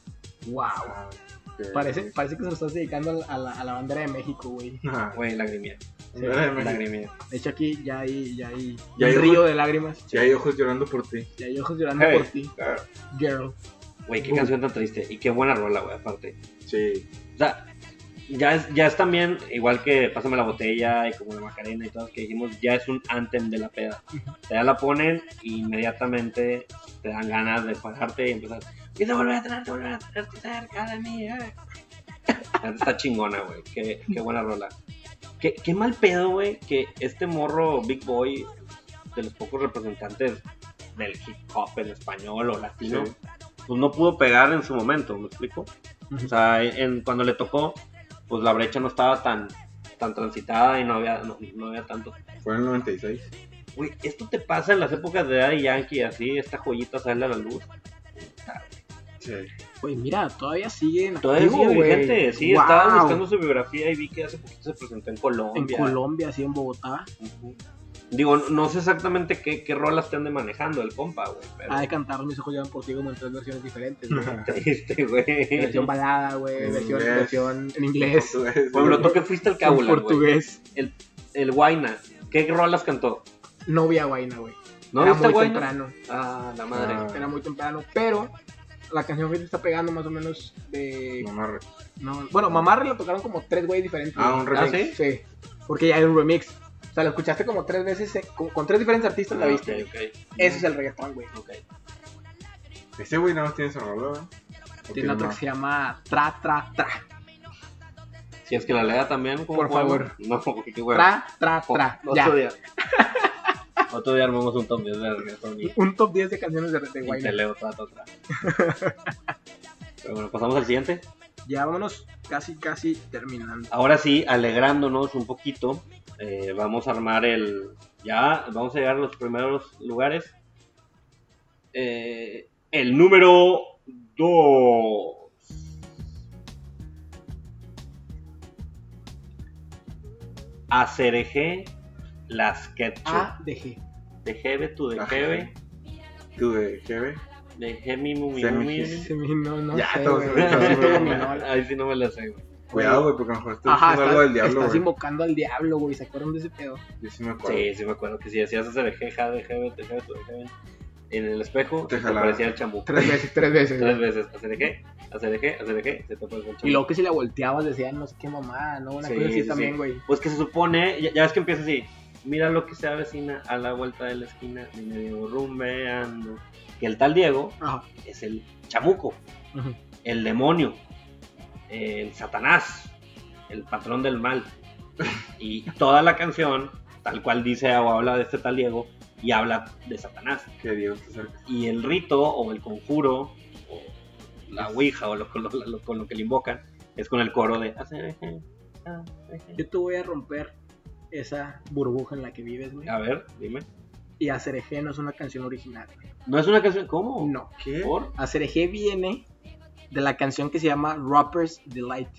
S2: ¡Wow!
S3: Ah, ok.
S2: Parece, parece que se lo estás dedicando a la, a la- a la bandera de México, güey.
S3: Ah,
S1: Güey, lagrimía.
S3: bandera de México.
S1: Lagrimía.
S2: De hecho, aquí ya hay, ya hay
S3: Ya
S2: un
S3: hay
S2: río
S3: ojos-
S2: de lágrimas.
S3: Si hay ojos llorando por ti.
S2: Ya hay ojos llorando
S1: Hey.
S2: por ti, girl.
S1: Güey, qué canción tan triste y qué buena rola, güey, aparte.
S3: Sí.
S1: O sea, ya es, ya es también, igual que Pásame la botella y como la Macarena y todas que dijimos, ya es un anthem de la peda. Te ya la ponen y inmediatamente te dan ganas de pararte y empezar. Quiero volver a tenerte, volver a tenerte cerca de mí. eh". La neta Está chingona, güey. Qué, qué buena rola. Qué, qué mal pedo, güey, que este morro Big Boy, de los pocos representantes del hip hop en español o latino,
S3: Sí.
S1: pues no pudo pegar en su momento, ¿me explico? O sea, en, cuando le tocó, pues la brecha no estaba tan, tan transitada y no había, no, no había tanto.
S3: Fue en el 96.
S1: Güey, esto te pasa en las épocas de Daddy Yankee y así, esta joyita sale a la luz.
S3: Sí.
S2: Güey, mira, todavía siguen.
S1: Todavía
S2: activo,
S1: sigue
S2: güey.
S1: vigente, sí,
S2: Guau.
S1: estaba buscando su biografía y vi que hace poquito se presentó en
S2: En
S1: Colombia.
S2: Colombia, así en Bogotá.
S1: Ujú. Digo, no sé exactamente qué, qué rol estén de manejando el compa, güey, pero
S2: Ha de cantar Mis ojos llevan por ti como en tres versiones diferentes. güey.
S1: triste, este, güey.
S2: versión balada, güey.
S3: En
S2: Versión,
S3: inglés.
S2: versión en inglés.
S1: Pueblo, tú que fuiste al
S2: En
S1: Cábula, güey.
S2: portugués.
S1: El Guaina, ¿qué rolas cantó?
S2: Novia guayna, güey.
S1: ¿No
S2: Era
S1: viste
S2: muy
S1: Guaina?
S2: temprano.
S1: Ah, la madre.
S3: Ah.
S2: Era muy temprano. Pero la canción que se está pegando más o menos de.
S3: No me arre-
S2: no, bueno, Mamarre la tocaron como tres güeyes diferentes.
S3: Ah,
S2: güey.
S3: un remix.
S1: ¿Ah, sí?
S2: Sí, porque ya hay un remix. O sea, la escuchaste como tres veces, eh, con, con tres diferentes artistas la
S1: Ah,
S2: viste.
S1: ok, ok.
S2: Eso es el reggaetón, güey.
S1: Ok.
S3: Ese güey nada más tiene esa rola, ¿verdad? ¿O
S2: Tiene otro que
S3: más?
S2: se llama Tra, Tra, Tra.
S1: Si es que la lea también, como
S2: Por
S1: podemos- No, qué huevo.
S2: Tra, Tra, Tra.
S1: Otro
S2: Ya.
S1: día. Otro día armamos un top 10 de reggaetón y,
S2: Un top 10 de canciones de, de
S1: y
S2: Guayna.
S1: te leo trato atrás. Pero bueno, pasamos al siguiente.
S2: Ya vámonos casi, casi terminando.
S1: Ahora sí, alegrándonos un poquito, eh, vamos a armar el. Ya, vamos a llegar a los primeros lugares. Eh, el número 2. Acereje las ketchup.
S2: A de G.
S1: de jeve, tu de
S3: Ajá.
S1: jeve,
S3: Tú de Jeve.
S1: Dejé mi mumi
S3: Se me
S1: mumi.
S3: hizo.
S2: Sí, no, no
S3: Ya,
S2: sé,
S3: todos
S2: güey.
S3: se me
S2: Sí,
S3: hizo.
S2: dominó la-
S1: Ahí sí no me la sé, güey.
S3: Cuidado, güey, porque a lo mejor estoy
S2: Ajá,
S3: diciendo algo
S2: estás,
S3: del diablo,
S2: estás
S3: güey.
S2: invocando al diablo, güey. ¿Se acuerdan de ese pedo?
S3: Yo sí me acuerdo.
S1: Sí, sí me acuerdo que si decías hacer el jeja, deje, vete, deje, vete, deje, vete, en el espejo,
S3: Te
S1: te
S3: jalaba.
S1: parecía el chamuco.
S2: Tres veces, tres veces.
S1: Tres
S2: güey.
S1: veces, hacer el je, hacer el je, hacer el je, se te parecía el chamuco.
S2: Y luego que si la volteabas decían, no sé qué mamá, ¿no? Una
S1: Sí,
S2: cosa
S1: sí,
S2: así
S1: sí.
S2: también, güey.
S1: Pues que se supone, ya, ya ves que empieza así. Mira lo que se avecina a la vuelta de la esquina, y medio rumbeando. Que el tal Diego
S2: Ajá.
S1: es el chamuco,
S2: Ujú.
S1: el demonio, el satanás, el patrón del mal. Y toda la canción, tal cual dice o habla de este tal Diego, y habla de satanás.
S3: Que Dios te acerque.
S1: Y el rito o el conjuro, o la ouija o lo, con lo- lo- con lo que le invocan, es con el coro de... ah,
S2: Yo te voy a romper esa burbuja en la que vives, güey.
S1: A ver, dime.
S2: Y Hacer Eje no es una canción original. güey.
S1: ¿No es una canción? ¿Cómo?
S2: No.
S3: ¿Qué?
S1: ¿Por?
S2: Hacer Eje viene de la canción que se llama Rapper's Delight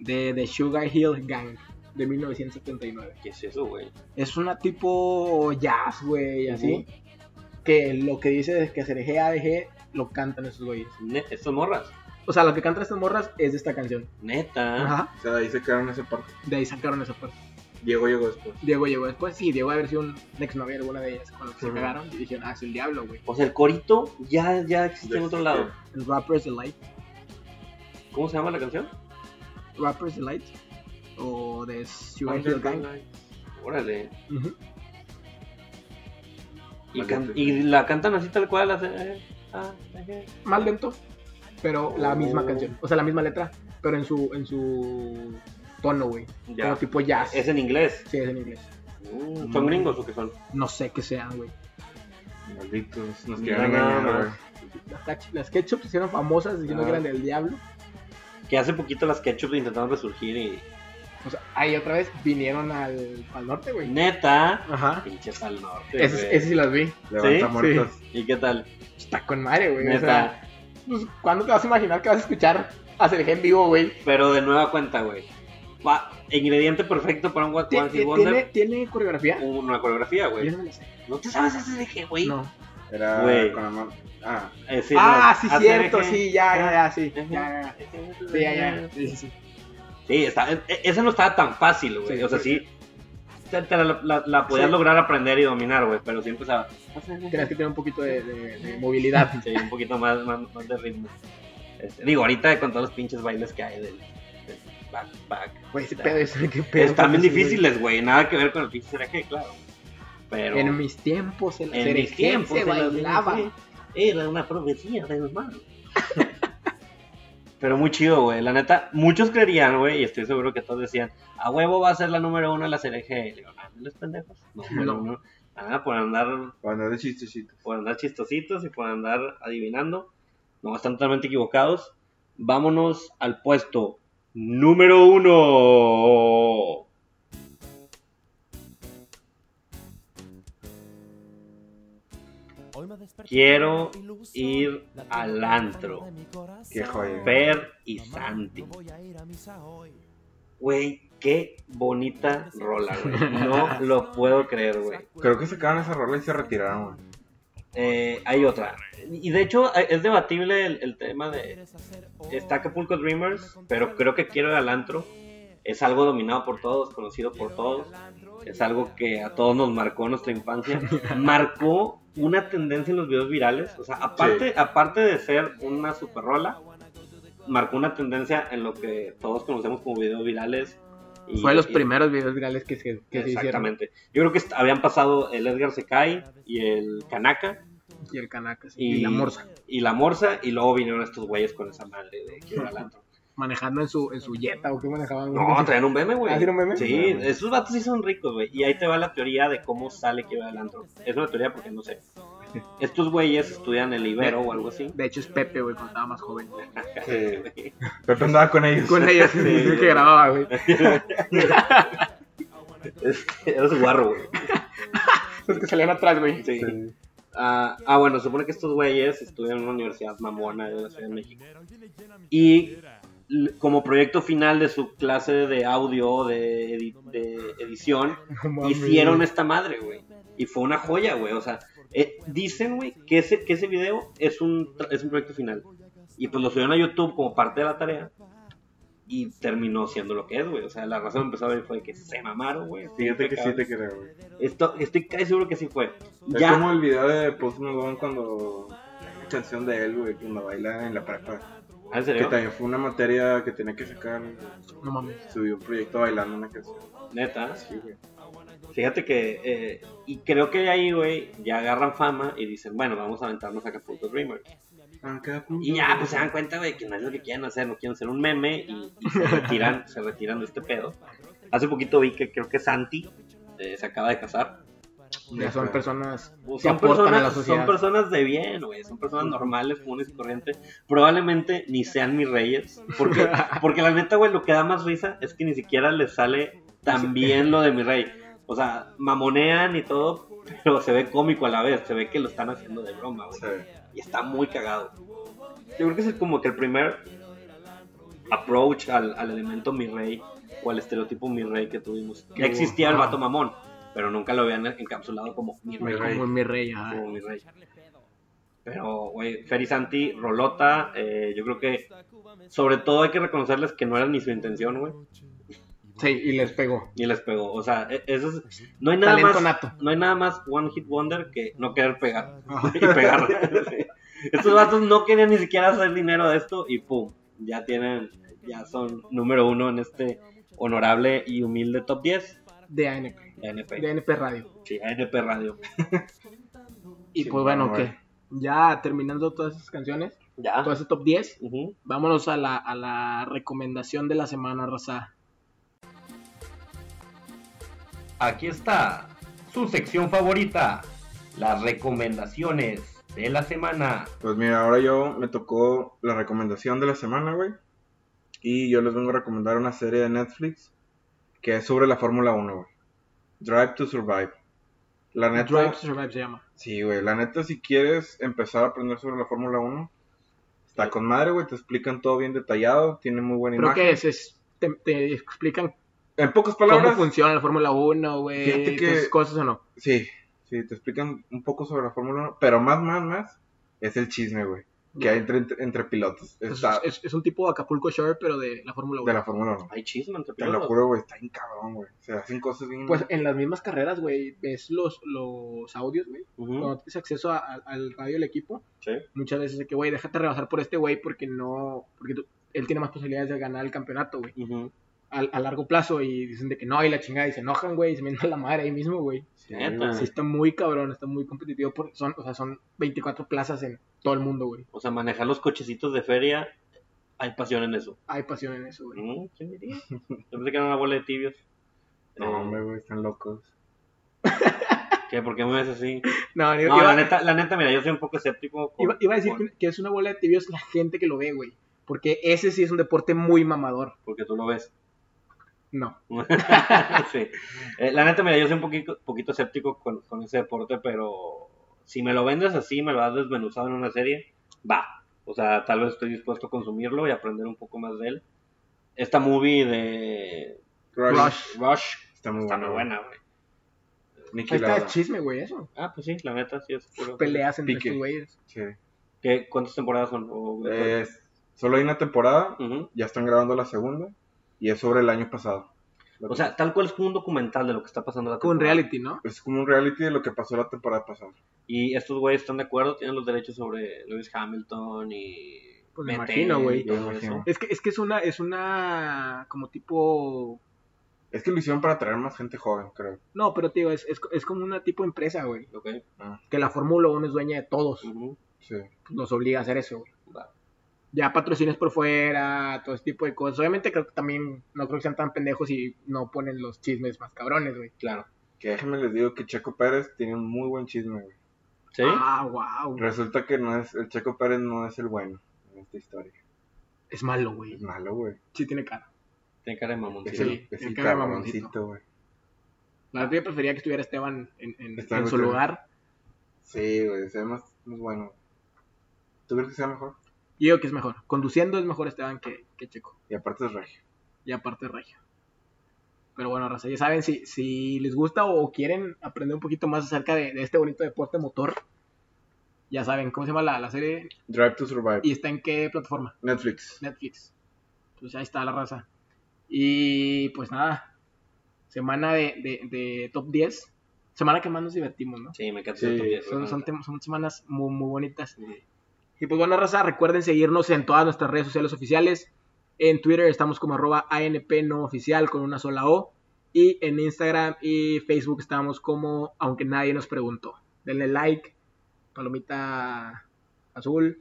S2: de The Sugar Hill Gang de 1979.
S1: ¿Qué es eso, güey?
S2: Es una tipo jazz, güey, así. Que lo que dice es que Hacer Eje ADG lo cantan esos güeyes.
S1: Ne- Estas morras.
S2: O sea, lo que cantan estas morras es de esta canción.
S1: Neta.
S2: Ajá.
S3: O sea, ahí se quedaron esa parte.
S2: De ahí sacaron esa parte.
S3: Diego llegó después.
S2: Diego llegó después. Sí, Diego haber sido un exnovio de alguna de ellas con lo que se
S3: Ujú.
S2: cagaron y dijeron, ah, es el diablo, güey.
S1: O sea, el corito ya, ya existe en otro lado.
S2: El Rapper's Delight.
S1: ¿Cómo se llama la canción?
S2: Rapper's Delight o de Sugar Hill Gang.
S3: Underground.
S1: Órale.
S2: Ujú.
S1: Y, can- y la cantan así tal cual. hace- eh, ah, eh,
S2: Más lento, pero la
S1: Oh.
S2: misma canción, o sea, la misma letra, pero en su en su tono, güey.
S1: Ya.
S2: Como tipo jazz.
S1: Es en inglés.
S2: Sí, es en inglés.
S1: Mm,
S3: Mm.
S1: ¿Son gringos o qué son?
S2: No sé qué sea, güey.
S3: Este, Malditos, nos
S1: Mira
S3: quedaron
S1: nada más.
S3: engañados, güey.
S2: Las, catch- las ketchup se hicieron famosas diciendo
S1: Ah.
S2: que eran del diablo.
S1: Que hace poquito las ketchup intentaron resurgir y.
S2: O sea, ahí otra vez vinieron al, al norte, güey.
S1: Neta.
S2: Ajá.
S1: Pinches al norte.
S2: Ese,
S1: güey.
S2: ese sí las vi.
S3: Levanta
S1: Sí,
S3: muertos.
S1: ¿Y qué tal?
S2: Está con madre, güey. O sea,
S1: Neta.
S2: pues, ¿cuándo te vas a imaginar que vas a escuchar a Sergio en vivo, güey?
S1: Pero de nueva cuenta, güey. Va- Ingrediente perfecto para un One
S2: ¿Tiene,
S1: Hit Wonder.
S2: ¿Tiene coreografía?
S1: Una coreografía,
S2: Yo
S1: Oh, güey.
S2: no me la sé.
S1: ¿No te sabes hacer de qué, güey?
S2: No.
S3: Era
S1: Güey.
S3: con la mano. Ah,
S1: Eh, sí,
S2: ah,
S1: no,
S2: sí,
S1: hacer
S2: cierto,
S1: eje.
S2: sí, ya, ya, ya, sí. Ya,
S1: Ajá.
S2: ya, ya. Sí, ya, ya. Sí, sí, sí.
S1: Sí, está, e- ese no estaba tan fácil, güey.
S2: Sí,
S1: o sea,
S2: sí.
S1: sí. te- te la, la- la podías
S2: Sí.
S1: lograr aprender y dominar, güey, pero sí empezaba
S2: Tenías que tener un poquito de, de- de movilidad.
S1: sí, un poquito más, más, más de ritmo. Este, digo, ahorita con todos los pinches bailes que hay del, del back, back.
S2: Güey, ese pedo es que pedo.
S1: Están bien
S2: con eso,
S1: difíciles, güey. Nada que ver con el pinche serajé, claro. Pero
S2: güey. En mis tiempos, el
S1: en mis
S2: hacer
S1: tiempos
S2: se
S1: en los
S2: bailaba.
S1: DNC, Era una profecía de los malos. Pero muy chido, güey. La neta, muchos creerían, güey, y estoy seguro que todos decían, a huevo va a ser la número uno de la CRG. Le digo, no, no les pendejos. No, número
S2: No.
S1: uno. Ah, por andar,
S3: cuando de chistecitos.
S1: por andar chistositos y por andar adivinando. No, están totalmente equivocados. Vámonos al puesto número uno. Quiero ir al antro.
S3: Qué joya.
S1: Fer y Santi. Güey, qué bonita rola, güey. No lo puedo creer, güey.
S3: Creo que sacaron esa rola y se retiraron, güey.
S1: Eh, hay otra. Y de hecho, eh, es debatible el, el tema de. Está Acapulco Dreamers, pero creo que Quiero ir al antro. Es algo dominado por todos, conocido por todos. Es algo que a todos nos marcó nuestra infancia. Marcó una tendencia en los videos virales. O sea, aparte, aparte de ser una super rola, marcó una tendencia en lo que todos conocemos como videos virales. y-
S2: Fue de los
S1: y-
S2: primeros videos virales que se, que se hicieron.
S1: Exactamente. Yo creo que est- habían pasado el Edgar Secai y el Kanaka
S2: Y el Canacas.
S1: Y-
S2: Y, la Morsa.
S1: y la Morsa, y luego vinieron estos güeyes con esa madre de que era el antro.
S2: Manejando en su, en su Jetta o qué manejaban. güey.
S1: No, traían un meme, güey.
S2: ¿Ah, sí era un meme?
S1: Sí, esos vatos sí son ricos, güey. Y ahí te va la teoría de cómo sale que iba al antro. Es una teoría porque no sé. Estos güeyes estudian el Ibero o algo así.
S2: De hecho, es Pepe, güey, cuando estaba más joven.
S3: Sí. Pepe andaba con ellos.
S2: Con ellos,
S1: Sí.
S2: el que grababa, güey.
S1: Era su guarro, güey.
S2: Los que salían atrás, güey.
S1: Sí. Ah, ah, bueno, se supone que estos güeyes estudian en una universidad mamona de la Ciudad de México. Y l- como proyecto final de su clase de audio, de, edi- de edición,
S2: No mames,
S1: hicieron
S2: güey.
S1: esta madre, güey. Y fue una joya, güey. O sea, Eh, dicen, güey, que ese, que ese video es un, tra- es un proyecto final. Y pues lo subieron a YouTube como parte de la tarea. Y terminó siendo lo que es, güey. O sea, la razón empezó a ver fue que se mamaron, güey.
S3: Fíjate que sí
S1: Cabrón.
S3: te creo, güey.
S1: Esto, estoy casi seguro que sí fue.
S3: Es
S1: Ya.
S3: como el video de Post Malone cuando. la canción de él, güey, cuando baila en la prepa.
S1: Ah, ¿en
S3: Que
S1: serio?
S3: también fue una materia que tenía que sacar.
S2: No mames.
S3: Subió un proyecto bailando una canción.
S1: Neta.
S3: Sí, güey.
S1: Fíjate que. eh, y creo que de ahí, güey, ya agarran fama y dicen, bueno, vamos a aventarnos a Acapulco Dreamer.
S3: Ah, cada punto.
S1: Y ya, pues se dan cuenta, güey, que no es lo que quieren hacer, no quieren ser un meme y, y se, retiran, se retiran de este pedo. Hace poquito vi que creo que Santi eh, se acaba de casar.
S2: Ya son personas
S1: Pues
S2: que
S1: son,
S2: aportan
S1: personas,
S2: a la sociedad.
S1: son personas de bien, güey. Son personas normales, comunes y corrientes. Probablemente ni sean mis reyes. Porque, porque la neta, güey, lo que da más risa es que ni siquiera les sale tan bien lo de mi rey. O sea, mamonean y todo, pero se ve cómico a la vez. Se ve que lo están haciendo de broma, güey.
S3: Sí.
S1: Y está muy cagado. Yo creo que es el- como que el primer approach al, al elemento mi rey o al estereotipo mi rey que tuvimos. Ya existía el vato mamón, pero nunca lo habían encapsulado como mi rey.
S3: Mi rey.
S2: como en mi rey. ajá.
S1: Como mi rey. Pero, güey, Fer y Santi, Rolota, eh, yo creo que sobre todo hay que reconocerles que no era ni su intención, güey.
S2: Sí, y les pegó.
S1: Y les pegó. O sea, e- eso es, no hay nada
S2: Pues Talento
S1: más.
S2: nato.
S1: No hay nada más One Hit Wonder que no querer pegar. y pegar. Sí. Estos vatos no querían ni siquiera hacer dinero de esto y pum, ya tienen, ya son número uno en este honorable y humilde top 10
S2: De ANP.
S1: de ANP.
S2: De ANP Radio.
S1: Sí, ANP Radio.
S2: Y
S3: Sí,
S2: pues bueno,
S3: bueno,
S2: que
S3: bueno.
S2: ya terminando todas esas canciones,
S1: Ya.
S2: todo ese top 10,
S1: Ujú.
S2: vámonos a la, a la recomendación de la semana, raza.
S7: Aquí está su sección favorita, las recomendaciones de la semana.
S3: Pues mira, ahora yo me tocó la recomendación de la semana, güey. Y yo les vengo a recomendar una serie de Netflix que es sobre la Fórmula 1, güey. Drive to Survive. La neta,
S2: Drive to Survive se llama.
S3: sí, güey. La neta, si quieres empezar a aprender sobre la Fórmula 1, está con madre, güey. Te explican todo bien detallado, tiene muy buena
S2: Creo
S3: imagen.
S2: que es, es- te, te explican
S3: En pocas
S2: cómo
S3: palabras,
S2: funciona la Fórmula 1, güey,
S3: Fíjate que-
S2: esas cosas o no.
S3: sí, sí, te explican un poco sobre la Fórmula 1, pero más, más, más, es el chisme, güey, que hay entre, entre, entre pilotos.
S2: Es,
S3: Está
S2: Pues es- es un tipo de Acapulco Shore, pero de la Fórmula 1.
S3: de la Fórmula 1.
S1: Hay chisme entre
S3: Te lo
S1: pilotos.
S3: juro, güey, está bien cabrón, güey. Se hacen cosas bien.
S2: Pues en las mismas carreras, güey, ves los, los audios, güey.
S1: Ujú.
S2: Cuando tienes acceso a- a- al radio del equipo,
S1: Sí.
S2: muchas veces es que, güey, déjate rebasar por este güey porque no, porque tú- él tiene más posibilidades de ganar el campeonato, güey,
S1: Ujú.
S2: a, a largo plazo. Y dicen de que no, y la chingada, y se enojan, güey, y se mientan la madre ahí mismo, güey.
S3: Sí,
S1: neta.
S3: güey.
S2: Sí, está muy cabrón, está muy competitivo. Porque son, o sea, son 24 plazas en todo el mundo, güey.
S1: O sea, manejar los cochecitos de feria, hay pasión en eso.
S2: Hay pasión en eso, güey.
S1: Mm, ¿Quién diría? Yo pensé que era una bola de tibios.
S3: No,
S1: Eh,
S3: hombre, güey, están locos.
S1: ¿Qué? ¿Por qué me ves así?
S2: No, ni-
S1: No,
S2: iba-
S1: la neta, la neta, mira, yo soy un poco escéptico. con-
S2: Iba, iba a decir
S1: con-
S2: que- que es una bola de tibios la gente que lo ve, güey. Porque ese sí es un deporte muy mamador.
S1: Porque tú lo ves.
S2: No.
S1: Sí. Eh, la neta, mira, yo soy un poquito, poquito escéptico con, con ese deporte, pero si me lo vendes así, me lo has desmenuzado en una serie, va. O sea, tal vez estoy dispuesto a consumirlo y aprender un poco más de él. Esta movie de
S3: Rush.
S2: Rush.
S1: Rush
S3: Está muy
S1: está
S3: buena.
S1: muy
S3: güey.
S1: buena, güey.
S3: Niki
S2: Ahí está
S3: Lauda.
S2: el chisme, güey, eso.
S1: Ah, pues sí, la neta, sí es. creo que-
S2: Peleas entre
S3: Pique.
S2: estos güeyes.
S3: Sí.
S1: ¿Qué- ¿Cuántas temporadas son? O-
S3: Eh, solo hay una temporada,
S1: Ujú.
S3: ya están grabando la segunda, y es sobre el año pasado.
S1: O sea, tal cual es como un documental de lo que está pasando la
S2: Con
S1: temporada.
S2: reality, ¿no?
S3: es como un reality de lo que pasó la temporada pasada.
S1: Y estos güeyes están de acuerdo, tienen los derechos sobre Lewis Hamilton y.
S2: Pues me
S1: Vettel
S2: imagino, güey.
S1: y todo
S3: Yo me
S1: eso.
S3: imagino.
S2: Es que, es que es una, es una como tipo.
S3: Es que lo hicieron para atraer más gente joven, creo.
S2: No, pero tío, es, es, es como una tipo empresa, güey.
S1: Ok,
S2: Que la Fórmula 1 es dueña de todos.
S1: ujú,
S3: Sí.
S2: Nos obliga a hacer eso, güey.
S1: va.
S2: Ya patrocinios por fuera, todo ese tipo de cosas. Obviamente creo que también, no creo que sean tan pendejos y no ponen los chismes más cabrones, güey.
S1: Claro.
S3: Que déjenme les digo que Checo Pérez tiene un muy buen chisme, güey.
S1: ¿Sí?
S2: Ah, wow.
S3: Resulta que no es, el Checo Pérez no es el bueno en esta historia.
S2: Es malo,
S3: Es
S2: güey.
S3: malo, güey.
S2: Sí tiene cara.
S1: Tiene cara de
S3: Es
S1: mamoncito.
S2: Sí,
S3: el, es
S2: tiene
S3: el
S2: cara de
S3: cabroncito, güey.
S2: La verdad yo prefería que estuviera Esteban en, en-
S3: Está
S2: en
S3: muy
S2: su
S3: claro.
S2: lugar.
S3: Sí, güey, se ve más, más bueno. ¿Tú crees que sea mejor?
S2: Yo digo que es mejor. Conduciendo es mejor Esteban que, que Checo.
S3: Y aparte es regio.
S2: Y aparte Regio. Pero bueno, raza, ya saben, si, si les gusta o quieren aprender un poquito más acerca de, de este bonito deporte motor, ya saben, ¿cómo se llama la, la serie?
S3: Drive to Survive.
S2: ¿Y está en qué plataforma?
S3: Netflix.
S2: Netflix. Pues ahí está la raza. Y pues nada, semana de, de- de top 10. Semana que más nos divertimos, ¿no?
S1: Sí, me encanta.
S3: Sí,
S1: el top 10,
S2: Son,
S1: güey.
S2: son, tem- son semanas muy, muy bonitas. Y pues bueno, raza, recuerden seguirnos en todas nuestras redes sociales oficiales. En Twitter estamos como arroba ANP no oficial con una sola O. Y en Instagram y Facebook estamos como aunque nadie nos preguntó. Denle like, palomita azul.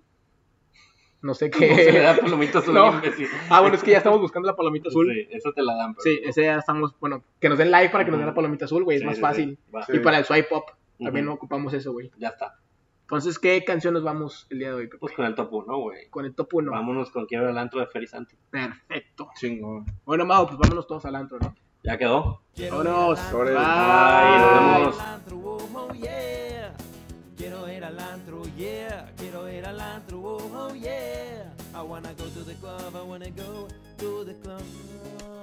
S2: No sé
S1: ¿Cómo se le
S2: qué.
S1: da palomita azul,
S2: No.
S1: imbécil?
S2: Ah, bueno, es que ya estamos buscando la palomita azul.
S1: Sí, esa te la dan. pero-
S2: Sí, ese ya estamos, bueno, que nos den like para que nos den la palomita azul, güey, es
S1: Sí,
S2: más
S1: sí,
S2: fácil.
S1: sí. Va,
S3: Sí.
S2: Y para el swipe up, también
S1: Ujú.
S2: ocupamos eso, güey.
S1: Ya está.
S2: Entonces, ¿qué canción nos vamos el día de hoy, Pepe?
S1: Pues con el top 1, güey.
S2: Con el top 1.
S1: Vámonos con Quiebra el antro de Feliz Santi.
S2: Perfecto.
S3: Chingón.
S2: Bueno, Mau, pues vámonos todos al antro, ¿no?
S1: Ya quedó.
S2: Vámonos.
S3: Sobres.
S1: Bye, nos vemos.
S5: Quiero ir al antro, oh, oh, yeah. Quiero ir al antro, yeah. Quiero ir al antro, oh, oh, yeah. I wanna go to the club, I wanna go to the club.